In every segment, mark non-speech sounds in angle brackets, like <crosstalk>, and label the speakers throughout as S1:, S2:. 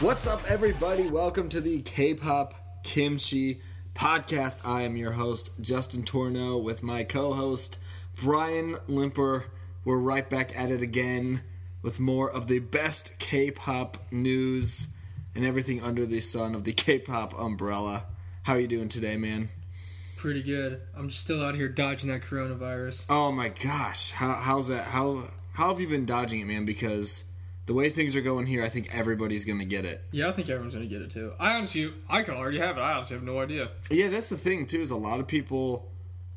S1: What's up, everybody? Welcome to the K pop kimchi podcast. I am your host, Justin Torno, with my co host, Brian Limper. We're right back at it again with more of the best K pop news and everything under the sun of the K pop umbrella. How are you doing today, man?
S2: Pretty good. I'm still out here dodging that coronavirus.
S1: Oh my gosh, how, how's that? How how have you been dodging it, man? Because the way things are going here, I think everybody's gonna get it.
S2: Yeah, I think everyone's gonna get it too. I honestly, I could already have it. I honestly have no idea.
S1: Yeah, that's the thing too. Is a lot of people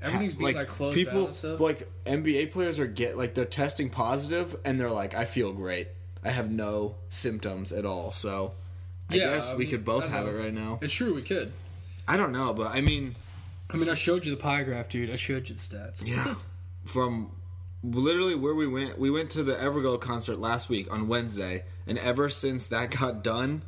S1: ha-
S2: Everything's being like, closed
S1: people
S2: down and stuff.
S1: like NBA players are get like they're testing positive and they're like, I feel great. I have no symptoms at all. So I
S2: Yeah,
S1: guess
S2: I
S1: we
S2: mean,
S1: could both
S2: I
S1: have it
S2: know.
S1: right now.
S2: it's true, we could.
S1: I don't know, but I mean,
S2: I mean, I showed you the pie graph, dude. I showed you the stats.
S1: yeah, <laughs> from literally where we went, we went to the Everglow concert last week on Wednesday, and ever since that <laughs> got done,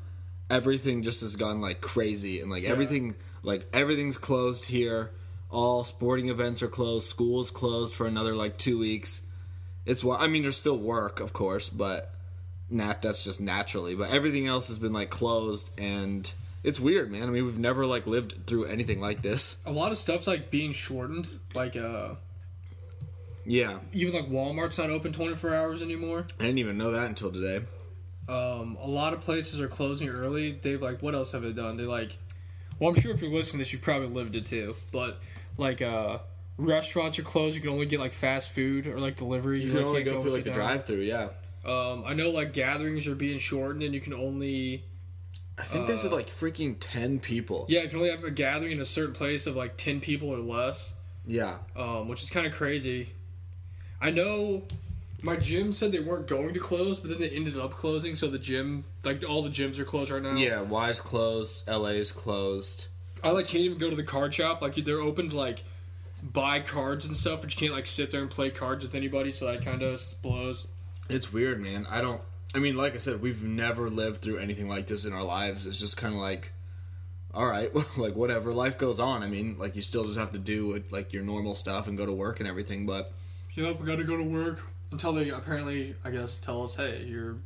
S1: everything just has gone like crazy, and like everything, like everything's closed here. All sporting events are closed. Schools closed for another like two weeks. It's why I mean, there's still work, of course, but nat that's just naturally. But everything else has been like closed, and it's weird, man. I mean, we've never like lived through anything like this.
S2: A lot of stuff's like being shortened. Like, uh,
S1: Yeah,
S2: even like Walmart's not open 24 hours anymore.
S1: I didn't even know that until today.
S2: Um, a lot of places are closing early. They've like, what else have they done? They like, well, I'm sure if you're listening to this, you've probably lived it too. But like, uh, restaurants are closed. You can only get like fast food or like delivery.
S1: You can
S2: like,
S1: only
S2: can't
S1: go through
S2: and
S1: like
S2: sit
S1: a
S2: down.
S1: drive-through, yeah.
S2: Um, I know like gatherings are being shortened, and you can only
S1: I think they said like freaking ten people.
S2: yeah, you can only have a gathering in a certain place of like ten people or less,
S1: Yeah,
S2: um, which is kind of crazy. I know my gym said they weren't going to close, but then they ended up closing. So the gym, like all the gyms, are closed right now.
S1: yeah. Y's closed. LA's closed.
S2: I like can't even go to the card shop. Like they're open to like buy cards and stuff, but you can't like sit there and play cards with anybody. So that kind of blows.
S1: It's weird, man. I don't. I mean, like I said, we've never lived through anything like this in our lives. It's just kind of like, all right, <laughs> like whatever. Life goes on. I mean, like you still just have to do what, like your normal stuff and go to work and everything. But
S2: Yep, we gotta go to work until they apparently, I guess, tell us, hey, you're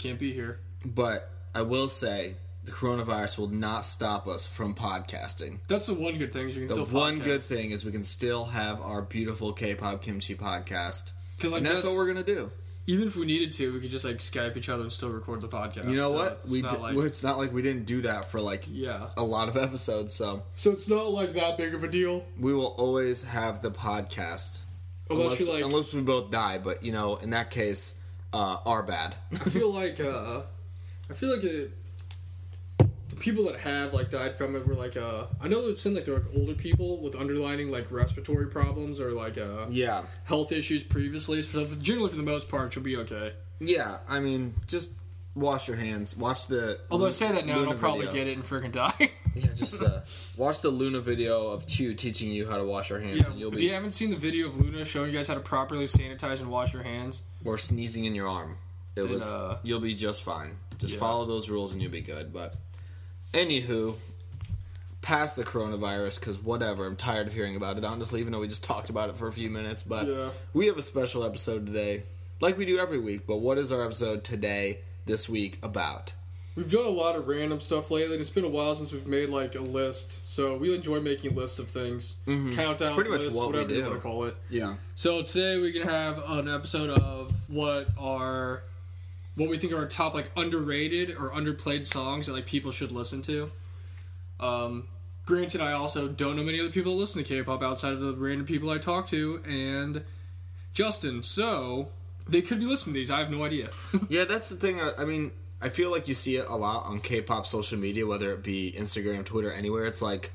S2: can't be here.
S1: but I will say the coronavirus will not stop us from podcasting.
S2: That's the one good thing is you can
S1: The
S2: still
S1: one good thing is we can still have our beautiful K-pop kimchi podcast,
S2: because like
S1: and that's
S2: that's
S1: what we're gonna do.
S2: even if we needed to, we could just like Skype each other and still record the podcast.
S1: You know
S2: So
S1: what?
S2: It's
S1: We
S2: not
S1: di-
S2: like,
S1: well, it's not like we didn't do that for like
S2: yeah,
S1: a lot of <laughs> episodes, so
S2: so it's not like that big of a deal
S1: we will always have the podcast
S2: unless, you like.
S1: unless we both die. But you know, in that case, uh, our bad. <laughs>
S2: I feel like uh, I feel like it, the people that have like died from it were like uh, I know it's in like they're like older people with underlining like respiratory problems or like uh,
S1: yeah,
S2: health issues previously. So generally, for the most part, you'll be okay.
S1: yeah. I mean, just wash your hands. Watch the
S2: Although
S1: Lu-
S2: say that now,
S1: Luna
S2: I'll probably
S1: video.
S2: get it and
S1: <laughs>
S2: freaking die.
S1: Yeah, just uh, watch the Luna video of Chu teaching you how to wash your hands,
S2: Yeah,
S1: and you'll
S2: if
S1: be
S2: you haven't seen the video of Luna showing you guys how to properly sanitize and wash your hands,
S1: or sneezing in your arm. It
S2: Then,
S1: was
S2: uh,
S1: you'll be just fine. Just
S2: yeah.
S1: follow those rules and you'll be good. But anywho, past the coronavirus because whatever. I'm tired of hearing about it. Honestly, even though we just talked about it for a few minutes, but
S2: Yeah.
S1: we have a special episode today, like we do every week. But what is our episode today, this week about?
S2: we've done a lot of random stuff lately, and it's been a while since we've made like a list. So we enjoy making lists of things, countdowns,
S1: Mm-hmm. pretty much
S2: lists,
S1: what we
S2: whatever you
S1: do.
S2: want to call it.
S1: Yeah,
S2: So today we're gonna have an episode of what are what we think are our top like underrated or underplayed songs that like people should listen to. Um, granted, I also don't know many other people that listen to K-pop outside of the random people I talk to and Justin. So they could be listening to these. I have no idea.
S1: yeah. That's the thing. I, I mean, I feel like you see it a lot on K-pop social media, whether it be Instagram, Twitter, anywhere. It's like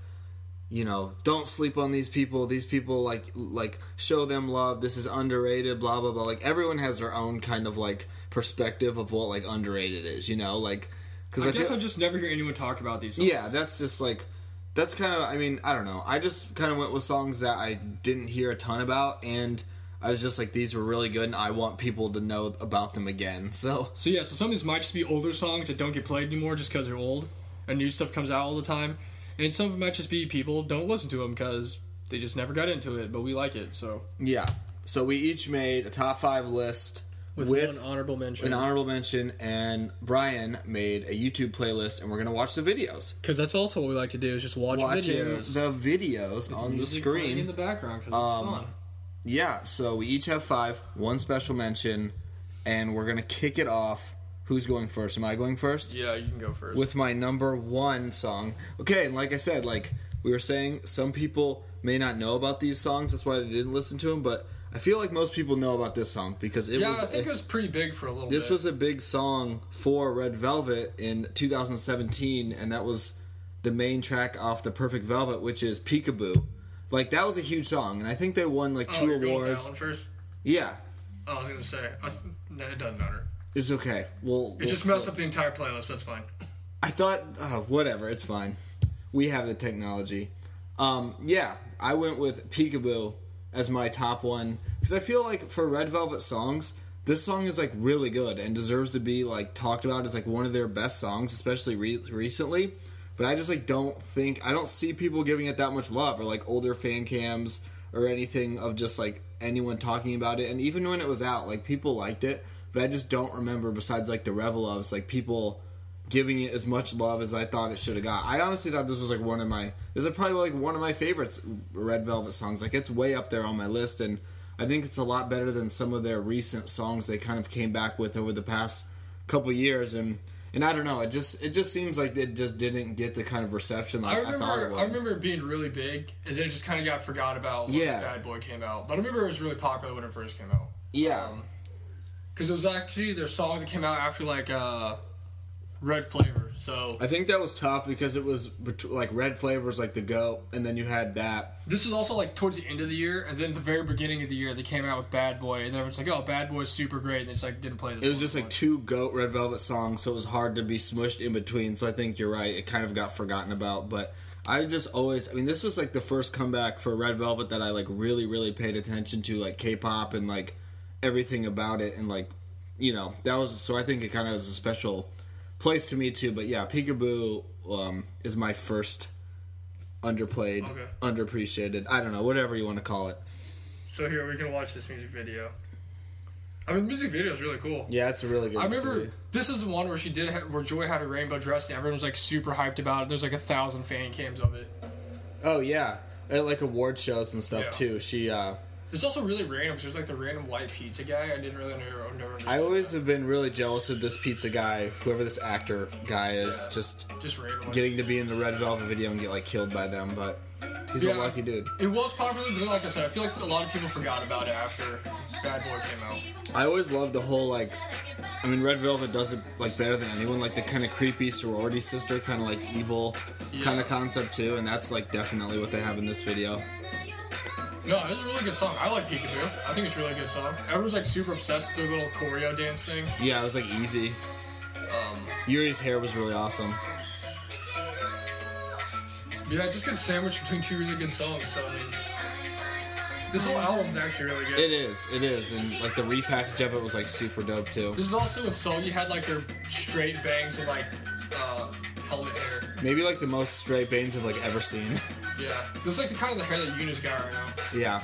S1: you know, don't sleep on these people. These people like like show them love. This is underrated. Blah blah blah. Like everyone has their own kind of like perspective of what like underrated is. You know, like because
S2: I
S1: I,
S2: guess
S1: feel,
S2: I just never hear anyone talk about these. Songs.
S1: yeah, that's just like that's kind of. I mean, I don't know. I just kind of went with songs that I didn't hear a ton about, and I was just like, these were really good, and I want people to know about them again. <laughs> So
S2: So yeah, so some of these might just be older songs that don't get played anymore just because they're old, and new stuff comes out all the time, and some of them might just be people don't listen to them because they just never got into it. But we like it, so
S1: Yeah. So we each made a top five list
S2: with,
S1: With
S2: one honorable mention
S1: an honorable mention, and Brian made a YouTube playlist, and we're gonna watch the videos.
S2: because that's also what we like to do is just watch
S1: Watching
S2: videos
S1: the videos on the
S2: Music playing
S1: screen. Um,
S2: in the background because it's fun.
S1: yeah, so we each have five, one special mention, and we're gonna kick it off. Who's going first? Am I going first?
S2: Yeah, you can go first.
S1: with my number one song. Okay, and like I said, like we were saying, some people may not know about these songs. That's why they didn't listen to them. But I feel like most people know about this song because it
S2: yeah,
S1: was.
S2: I think
S1: a-
S2: it was pretty big for a little
S1: this
S2: bit.
S1: was a big song for Red Velvet in 2017, and that was the main track off the Perfect Velvet, which is Peekaboo. Like that was a huge song, and I think they won like
S2: oh,
S1: two
S2: you're going with that
S1: awards.
S2: one first.
S1: Yeah,
S2: Oh, I was gonna say, I, no, it doesn't matter.
S1: it's okay. We'll,
S2: It
S1: we'll
S2: just messed up the entire playlist. That's fine.
S1: I thought, uh, whatever, it's fine. We have the technology. Um, yeah, I went with Peekaboo as my top one because I feel like for Red Velvet songs, this song is like really good and deserves to be like talked about as like one of their best songs, especially re- recently. But I just like don't think I don't see people giving it that much love or like older fan cams or anything of just like anyone talking about it. And even when it was out, like people liked it, but I just don't remember besides like the Revelovs, like people giving it as much love as I thought it should have got. I honestly thought this was like one of my this is probably like one of my favorites Red Velvet songs. Like it's way up there on my list and I think it's a lot better than some of their recent songs they kind of came back with over the past couple years and and I don't know, it just it just seems like it just didn't get the kind of reception like
S2: I
S1: I, thought it
S2: remember,
S1: would.
S2: I, remember it being really big, and then it just kind of got forgot about once
S1: Yeah.
S2: Bad Boy came out. But I remember it was really popular when it first came out.
S1: yeah.
S2: Because it was actually their song that came out after like uh, Red Flavor. So
S1: I think that was tough because it was bet- like red flavors like the goat and then you had that.
S2: this was also like towards the end of the year, and then at the very beginning of the year they came out with Bad Boy, and then everyone's like, "Oh, Bad Boy's super great," and they just like didn't play this.
S1: It was just like two goat red velvet songs, so it was hard to be smushed in between. So I think you're right; it kind of got forgotten about. But I just always, I mean, this was like the first comeback for Red Velvet that I like really, really paid attention to, like K-pop and like everything about it, and like you know that was. So I think it kind of is a special place to me too. But yeah, Peekaboo um, is my first underplayed,
S2: Okay.
S1: underappreciated. I don't know, whatever you want to call it.
S2: So here we can watch this music video. I mean, the music video is really cool.
S1: Yeah, it's a really good.
S2: I remember
S1: CD.
S2: this is the one where she did ha- where Joy had a rainbow dress and everyone was like super hyped about it. There's like a thousand fan cams of it.
S1: Oh yeah, at like award shows and stuff
S2: Yeah.
S1: too. She. uh
S2: It's also really random. 'cause There's like the random white pizza guy. I didn't really know. Never understood
S1: I always
S2: that.
S1: have been really jealous of this pizza guy, whoever this actor guy is, just
S2: just random.
S1: getting to be in the Red Velvet video and get like killed by them. But he's a
S2: Yeah.
S1: lucky dude.
S2: It was popular, but then, like I said, I feel like a lot of people forgot about it after Bad Boy came out.
S1: I always loved the whole like, I mean, Red Velvet does it like better than anyone. Like the kind of creepy sorority sister, kind of like evil, kind
S2: Yeah.
S1: of concept too. And that's like definitely what they have in this video.
S2: No, it's a really good song. I like Peekaboo. I think it's a really good song. Everyone's like super obsessed with their little choreo dance thing.
S1: Yeah, it was like easy.
S2: Um,
S1: Yuri's hair was really awesome.
S2: yeah, it just gets sandwiched between two really good songs. So I mean, this whole album's actually really good.
S1: It is, it is, and like the repackage of it was like super dope too.
S2: This is also when Sonya had like her straight bangs and like uh, helmet hair.
S1: Maybe like the most straight Banes I've like ever seen. <laughs>
S2: Yeah, this is like the kind of the hair that Yuna's got right now.
S1: yeah.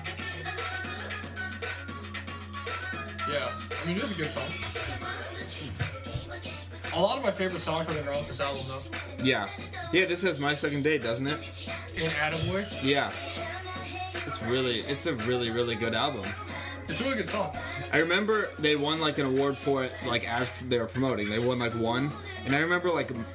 S2: Yeah, I mean it is a good song. A lot of my favorite songs from are off this album though.
S1: Yeah. Yeah, this has my second date, doesn't it?
S2: In Attaboy,
S1: Yeah. It's really it's a really, really good album.
S2: it's a really good song.
S1: I remember they won like an award for it like as they were promoting. They won like one. And I remember like m-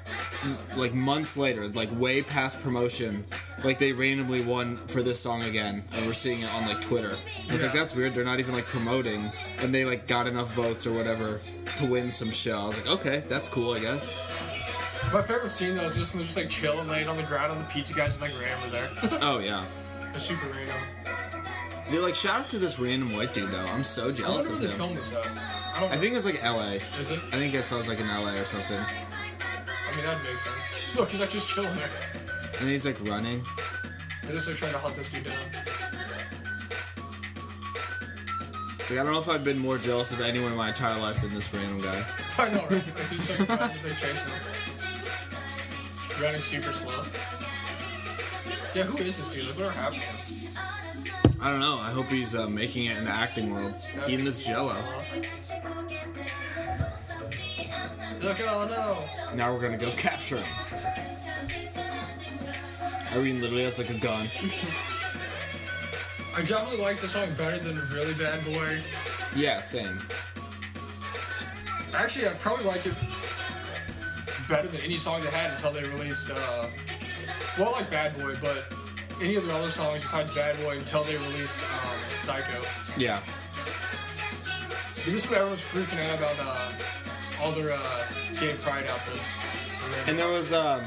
S1: like months later, like way past promotion, like they randomly won for this song again and we're seeing it on like Twitter. I was like
S2: Yeah.
S1: that's weird. They're not even like promoting and they like got enough votes or whatever to win some shit. I was like, "Okay, that's cool, I guess."
S2: My favorite scene though is just when they're just like chilling, laying on the ground, and the pizza guy's just like ran over
S1: <laughs>
S2: there.
S1: Oh yeah.
S2: it's super random.
S1: Dude, like shout out to this random white dude though. I'm so
S2: I
S1: jealous
S2: wonder
S1: of
S2: where they
S1: him.
S2: filmed this at. I don't.
S1: I think it's like LA.
S2: Is it?
S1: I think I saw it was like in LA or something.
S2: I mean that makes sense. Look, he's like just chilling there.
S1: And then he's like running.
S2: They're just like trying to hunt this dude down.
S1: Like I don't know if I've been more jealous of anyone in my entire life than this random guy.
S2: I know, right? Like, he's like, running, he's, like chasing him. running super slow. Yeah, who is this dude? Like, what happened? to him?
S1: I I don't know. I hope he's uh, making it in the acting world. Eating this jello.
S2: Look, oh no.
S1: Now we're gonna go capture him. Irene literally has like a gun. <laughs>
S2: I definitely like the song better than Really Bad Boy.
S1: Yeah, same.
S2: Actually, I probably like it better than any song they had until they released, uh, well, I like Bad Boy, but any of their other songs besides Bad Boy until they released um, Psycho.
S1: Yeah.
S2: This is when everyone's freaking out about uh, all their uh, gay pride outfits.
S1: And there was um,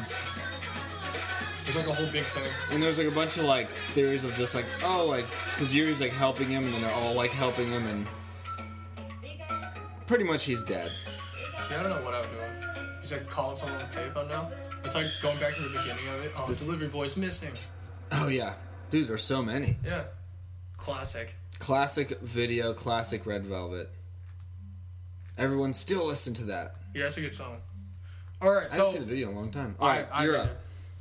S2: It's like a whole big thing.
S1: and there was like a bunch of like theories of just like oh like because Yuri's like helping him and then they're all like helping him and pretty much he's dead.
S2: Yeah, I don't know what I would do. He's like calling someone on the payphone now. It's like going back to the beginning of it. Oh,
S1: This-
S2: delivery boy's missing.
S1: Oh yeah, dude, there's so many.
S2: Yeah. Classic.
S1: Classic video, classic Red Velvet. Everyone still listen to that.
S2: Yeah, that's a good song. All right,
S1: I haven't
S2: so
S1: seen the video in a long time. All right,
S2: I- I-
S1: you're up.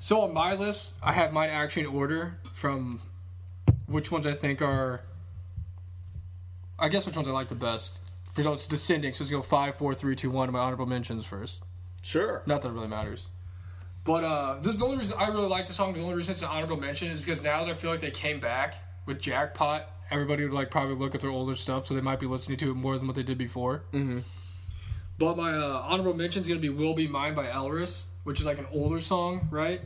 S2: So on my list, I have mine actually in order from which ones I think are, I guess which ones I like the best. For so it's descending, so let's go five, four, three, two, one. My honorable mentions first.
S1: Sure.
S2: Not that it really matters. But uh, this is the only reason I really like the song. The only reason it's an honorable mention is because now that I feel like they came back with Jackpot, everybody would like probably look at their older stuff, so they might be listening to it more than what they did before. Mm-hmm. But my uh, honorable mention is gonna be "Will Be Mine" by Elris, which is like an older song, right?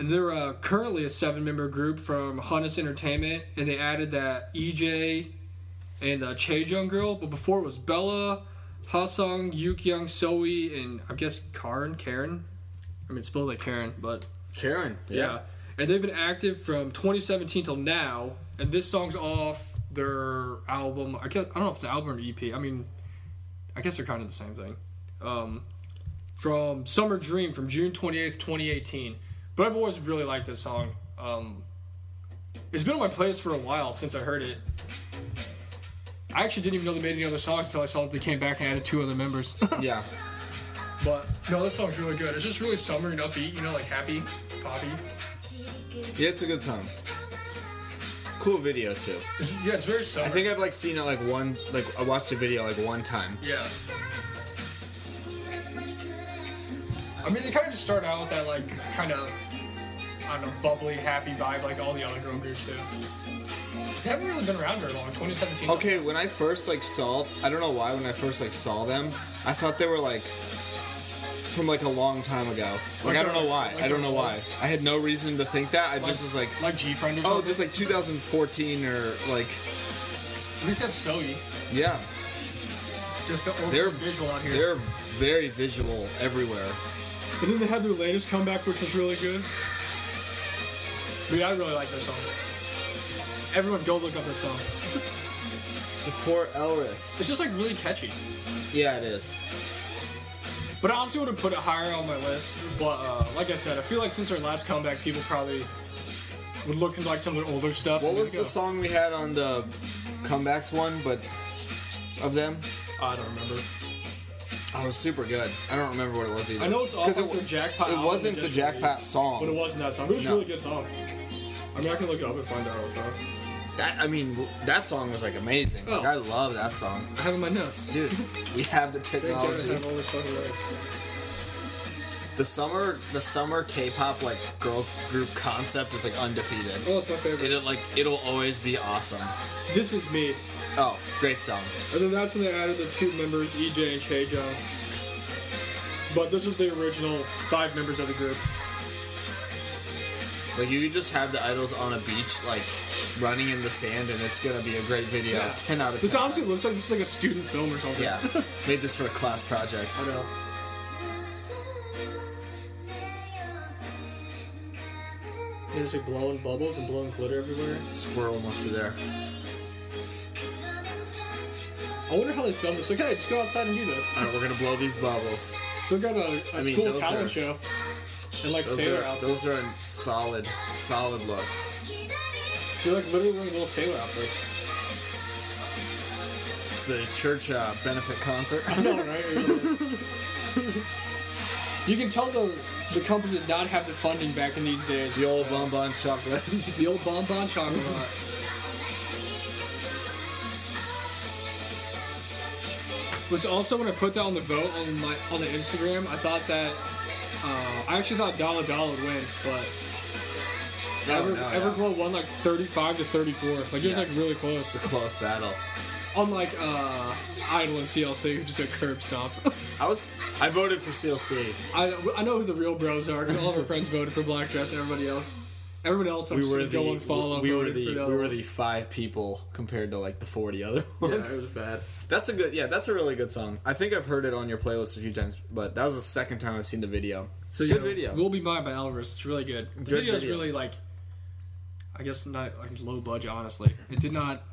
S2: And they're uh, currently a seven-member group from Hunnus Entertainment, and they added that E EJ and uh, Chaejeon girl, but before it was Bella, Hasung, Yukyung, Soe, and I guess Karen. Karen. I mean, it's spelled like Karen, but
S1: Karen.
S2: yeah. And they've been active from 2017 till now, and this song's off their album. I guess I don't know if it's an album or an EP. I mean, I guess they're kind of the same thing. Um, from Summer Dream from June 28th, 2018. But I've always really liked this song. Um, it's been on my playlist for a while since I heard it. I actually didn't even know they made any other songs until I saw that they came back and added two other members. <laughs>
S1: Yeah.
S2: but no, this song's really good. It's just really summer and upbeat, you know, like happy, poppy.
S1: Yeah, it's a good song. Cool video too.
S2: It's- yeah, it's very summer.
S1: I think I've like seen it like one like I watched the video like one time.
S2: Yeah. I mean, they kind of just start out with that, like, kind of, I don't know, bubbly, happy vibe, like all the other girl groups do. They haven't really been around very long. 2017.
S1: Okay, when I first like saw, I don't know why when I first like saw them, I thought they were like from like a long time ago. Like I don't know why. I don't know why. I had no reason to think that. I just was like,
S2: Like G Friend or
S1: oh,
S2: something.
S1: just like 2014 or like
S2: At least have Soe.
S1: yeah.
S2: Just the old
S1: They're-
S2: visual out here.
S1: They're very visual everywhere.
S2: And then they had their latest comeback, which was really good. Dude, I really like this song. Everyone, go look up this song.
S1: Support Elris.
S2: It's just like really catchy.
S1: Yeah, it is.
S2: But I honestly would have put it higher on my list. But uh, like I said, I feel like since our last comeback, people probably would look into like some of their older stuff.
S1: What
S2: and
S1: was
S2: just go,
S1: the song we had on the comebacks one? But of them,
S2: I don't remember.
S1: oh, it was super good. I don't remember what it was either.
S2: I know it's off
S1: 'Cause
S2: like their jackpot.
S1: It
S2: album
S1: wasn't
S2: they
S1: the
S2: just
S1: jackpot
S2: released, But it
S1: song.
S2: wasn't that song. It was
S1: No.
S2: a really good song. I mean, I can look it up and find out what's wrong.
S1: That, I mean, that song was like amazing. Like,
S2: Oh.
S1: I love that song,
S2: I have it in my notes.
S1: dude. we have the
S2: Thank God I
S1: technology.
S2: have all the fucking lyrics.
S1: The summer, the summer K-pop like girl group concept is like undefeated.
S2: Oh, it's my favorite.
S1: It'll like it'll always be awesome.
S2: This is me.
S1: Oh, great song.
S2: And then that's when they added the two members, EJ and Chaejeon. But this is the original five members of the group.
S1: Like you could just have the idols on a beach, like running in the sand, and it's gonna be a great video.
S2: Yeah.
S1: Ten out of ten.
S2: This honestly looks like this is like a student film or
S1: <laughs>
S2: something.
S1: Yeah, made this for a class project.
S2: I know. It's like blowing bubbles and blowing glitter everywhere.
S1: Squirrel must be there.
S2: I wonder how they filmed this. Like, hey, just go outside and do this.
S1: All right, we're gonna blow these bubbles.
S2: Look at a, a
S1: I mean,
S2: school
S1: those
S2: talent
S1: are-
S2: show. And like
S1: Those
S2: sailor
S1: are
S2: outfits.
S1: those are a solid, solid look.
S2: They're like literally wearing little sailor outfits.
S1: It's the church uh, benefit concert. <laughs>
S2: I know, right? you can tell the the company did not have the funding back in these days. <laughs>
S1: the old bonbon chocolate.
S2: The old bonbon chocolate. Which also, when I put that on the vote on my on the Instagram, I thought that uh, I actually thought Dollar Dollar would win, but
S1: No,
S2: Ever,
S1: Oh, no, no.
S2: Everglow won like 35 to 34. Like it was
S1: Yeah.
S2: like really close.
S1: It's a close battle.
S2: Unlike uh, Idol and CLC, who just got curb stomped. <laughs>
S1: I was I voted for CLC.
S2: I, I know who the real bros are because all of our friends voted for Black Dress. Everybody else, everyone else, I'm
S1: We
S2: just
S1: were
S2: gonna
S1: the
S2: go and follow.
S1: we were
S2: voted
S1: the
S2: for the
S1: we
S2: other
S1: were
S2: one.
S1: the five people compared to like the forty other ones.
S2: Yeah, it was bad.
S1: That's a good yeah. That's a really good song. I think I've heard it on your playlist a few times, but that was the second time I've seen the video.
S2: So
S1: good
S2: you know,
S1: video.
S2: We'll be mine by Alvarez. It's really good. The
S1: Good
S2: video's
S1: video.
S2: really like, I guess not like low budget. Honestly, it did not.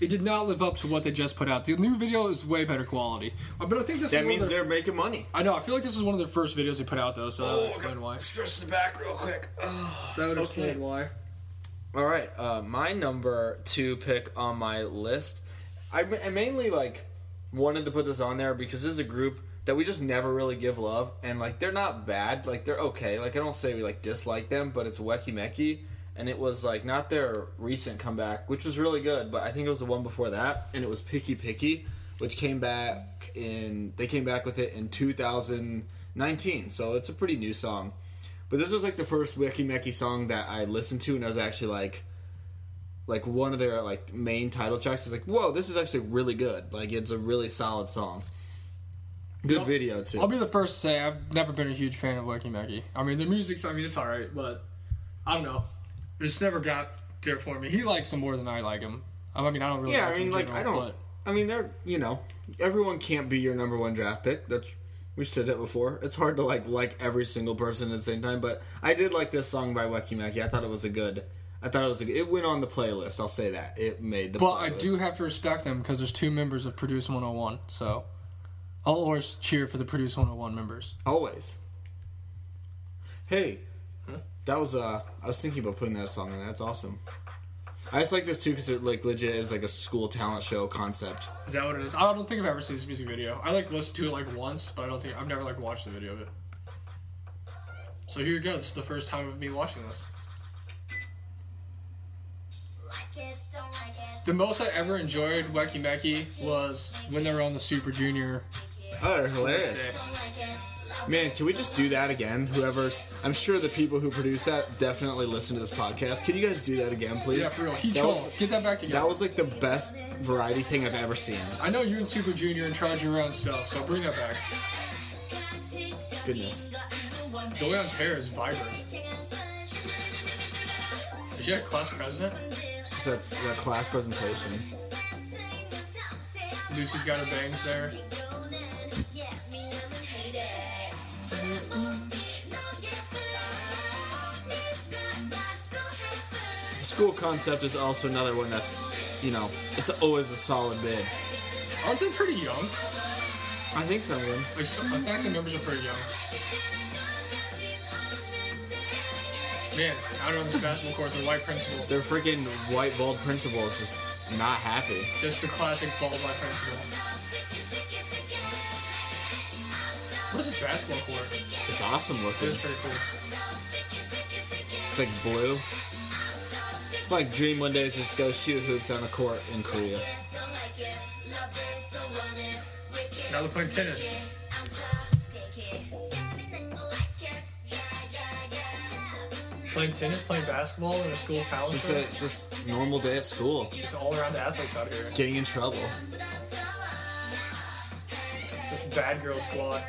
S2: It did not live up to what they just put out. The new video is way better quality. Uh, But I think this is
S1: that
S2: one
S1: means
S2: of their-
S1: they're making money.
S2: I know. I feel like this is one of their first videos they put out though, so that
S1: Oh,
S2: would explain why.
S1: stretch the back real quick. Ugh.
S2: That would
S1: Okay.
S2: explain why.
S1: All right, uh, my number two pick on my list. I, ma- I mainly like wanted to put this on there because this is a group that we just never really give love, and like they're not bad, like they're okay. Like I don't say we like dislike them, but it's Weki Meki, and it was like not their recent comeback, which was really good, but I think it was the one before that, and it was Picky Picky, which came back in they came back with it in 2019, so it's a pretty new song. But this was like the first Wiki Meki song that I listened to, and I was actually like, like one of their like main title tracks. I was like, whoa, this is actually really good. Like it's a really solid song. Good
S2: I'll-
S1: video too.
S2: I'll be the first to say I've never been a huge fan of Wacky Mackey. I mean, the music's I mean it's alright, but I don't know. It just never got there for me. He likes him more than I like him. I mean, I don't really.
S1: yeah,
S2: like
S1: I
S2: him
S1: mean,
S2: in
S1: like I
S2: general,
S1: don't. I mean, they're you know, everyone can't be your number one draft pick. That's we said that before. It's hard to like like every single person at the same time. But I did like this song by Weki Meki. I thought it was a good. I thought it was a good. It went on the playlist. I'll say that it made the.
S2: But, but I
S1: playlist.
S2: do have to respect him because there's two members of Produce 101, so I'll always cheer for the Produce 101 members.
S1: Always. Hey, that was uh, I was thinking about putting that song in. there. That's awesome. I just like this too because it like legit is like a school talent show concept.
S2: Is that what it is? I don't think I've ever seen this music video. I like listened to it like once, but I don't think I've never like watched the video of it. So here you go. This is the first time of me watching this.
S3: Like it, don't like it,
S2: The most I ever enjoyed Wacky Mecky was when they were on the Super Junior.
S1: Oh, they're hilarious!
S3: don't like it.
S1: Man, can we just do that again? Whoever's, I'm sure the people who produce that definitely listen to this podcast. Can you guys do that again, please?
S2: Yeah, for real. He
S1: That was,
S2: Chol. Get that back together.
S1: that was like the best variety thing I've ever seen.
S2: I know you and Super Junior in charge of your own stuff, so bring that back.
S1: Goodness.
S2: Doyon's hair is vibrant. Is she a class president?
S1: It's just that, that class presentation.
S2: Lucy's got her bangs there.
S1: The school concept is also another one that's, you know, it's always a solid bid.
S2: Aren't they pretty young?
S1: I think so, man.
S2: Like, so, I think the members are pretty young. Man, out on this basketball court, the white principal.
S1: Their freaking white bald principal is just not happy.
S2: Just the classic bald white principal. What is this basketball court?
S1: It's awesome
S2: It
S1: looking.
S2: is pretty cool.
S1: It's like blue. It's my dream one day is just go shoot hoops on a court in Korea.
S2: Now they're playing tennis. Playing tennis, playing basketball, and a school
S1: It's
S2: talent
S1: just,
S2: show.
S1: a, it's just normal day at school.
S2: It's all around athletes out here.
S1: Getting in trouble.
S2: Just bad girl squad.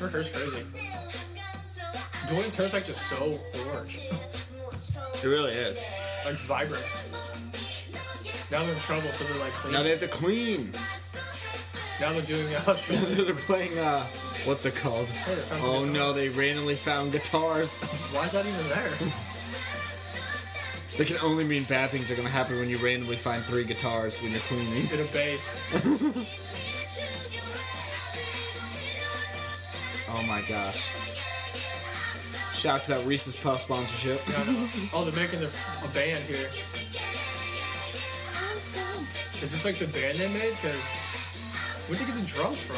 S2: Her hair's crazy. Dwayne's hair's like just so orange,
S1: It really is.
S2: like vibrant. Now they're in trouble, so they're like clean.
S1: Now they have to clean. <laughs>
S2: now they're doing out.
S1: They're playing uh what's it called? Oh no, they randomly found guitars. <laughs>
S2: Why is that even there?
S1: That can only mean bad things are gonna happen when you randomly find three guitars when you're cleaning.
S2: In a base.
S1: Oh my gosh. Shout out to that Reese's Puff sponsorship.
S2: I don't know. Oh, they're making their, a band here. Is this like the band they made? Because where'd they get the drums from?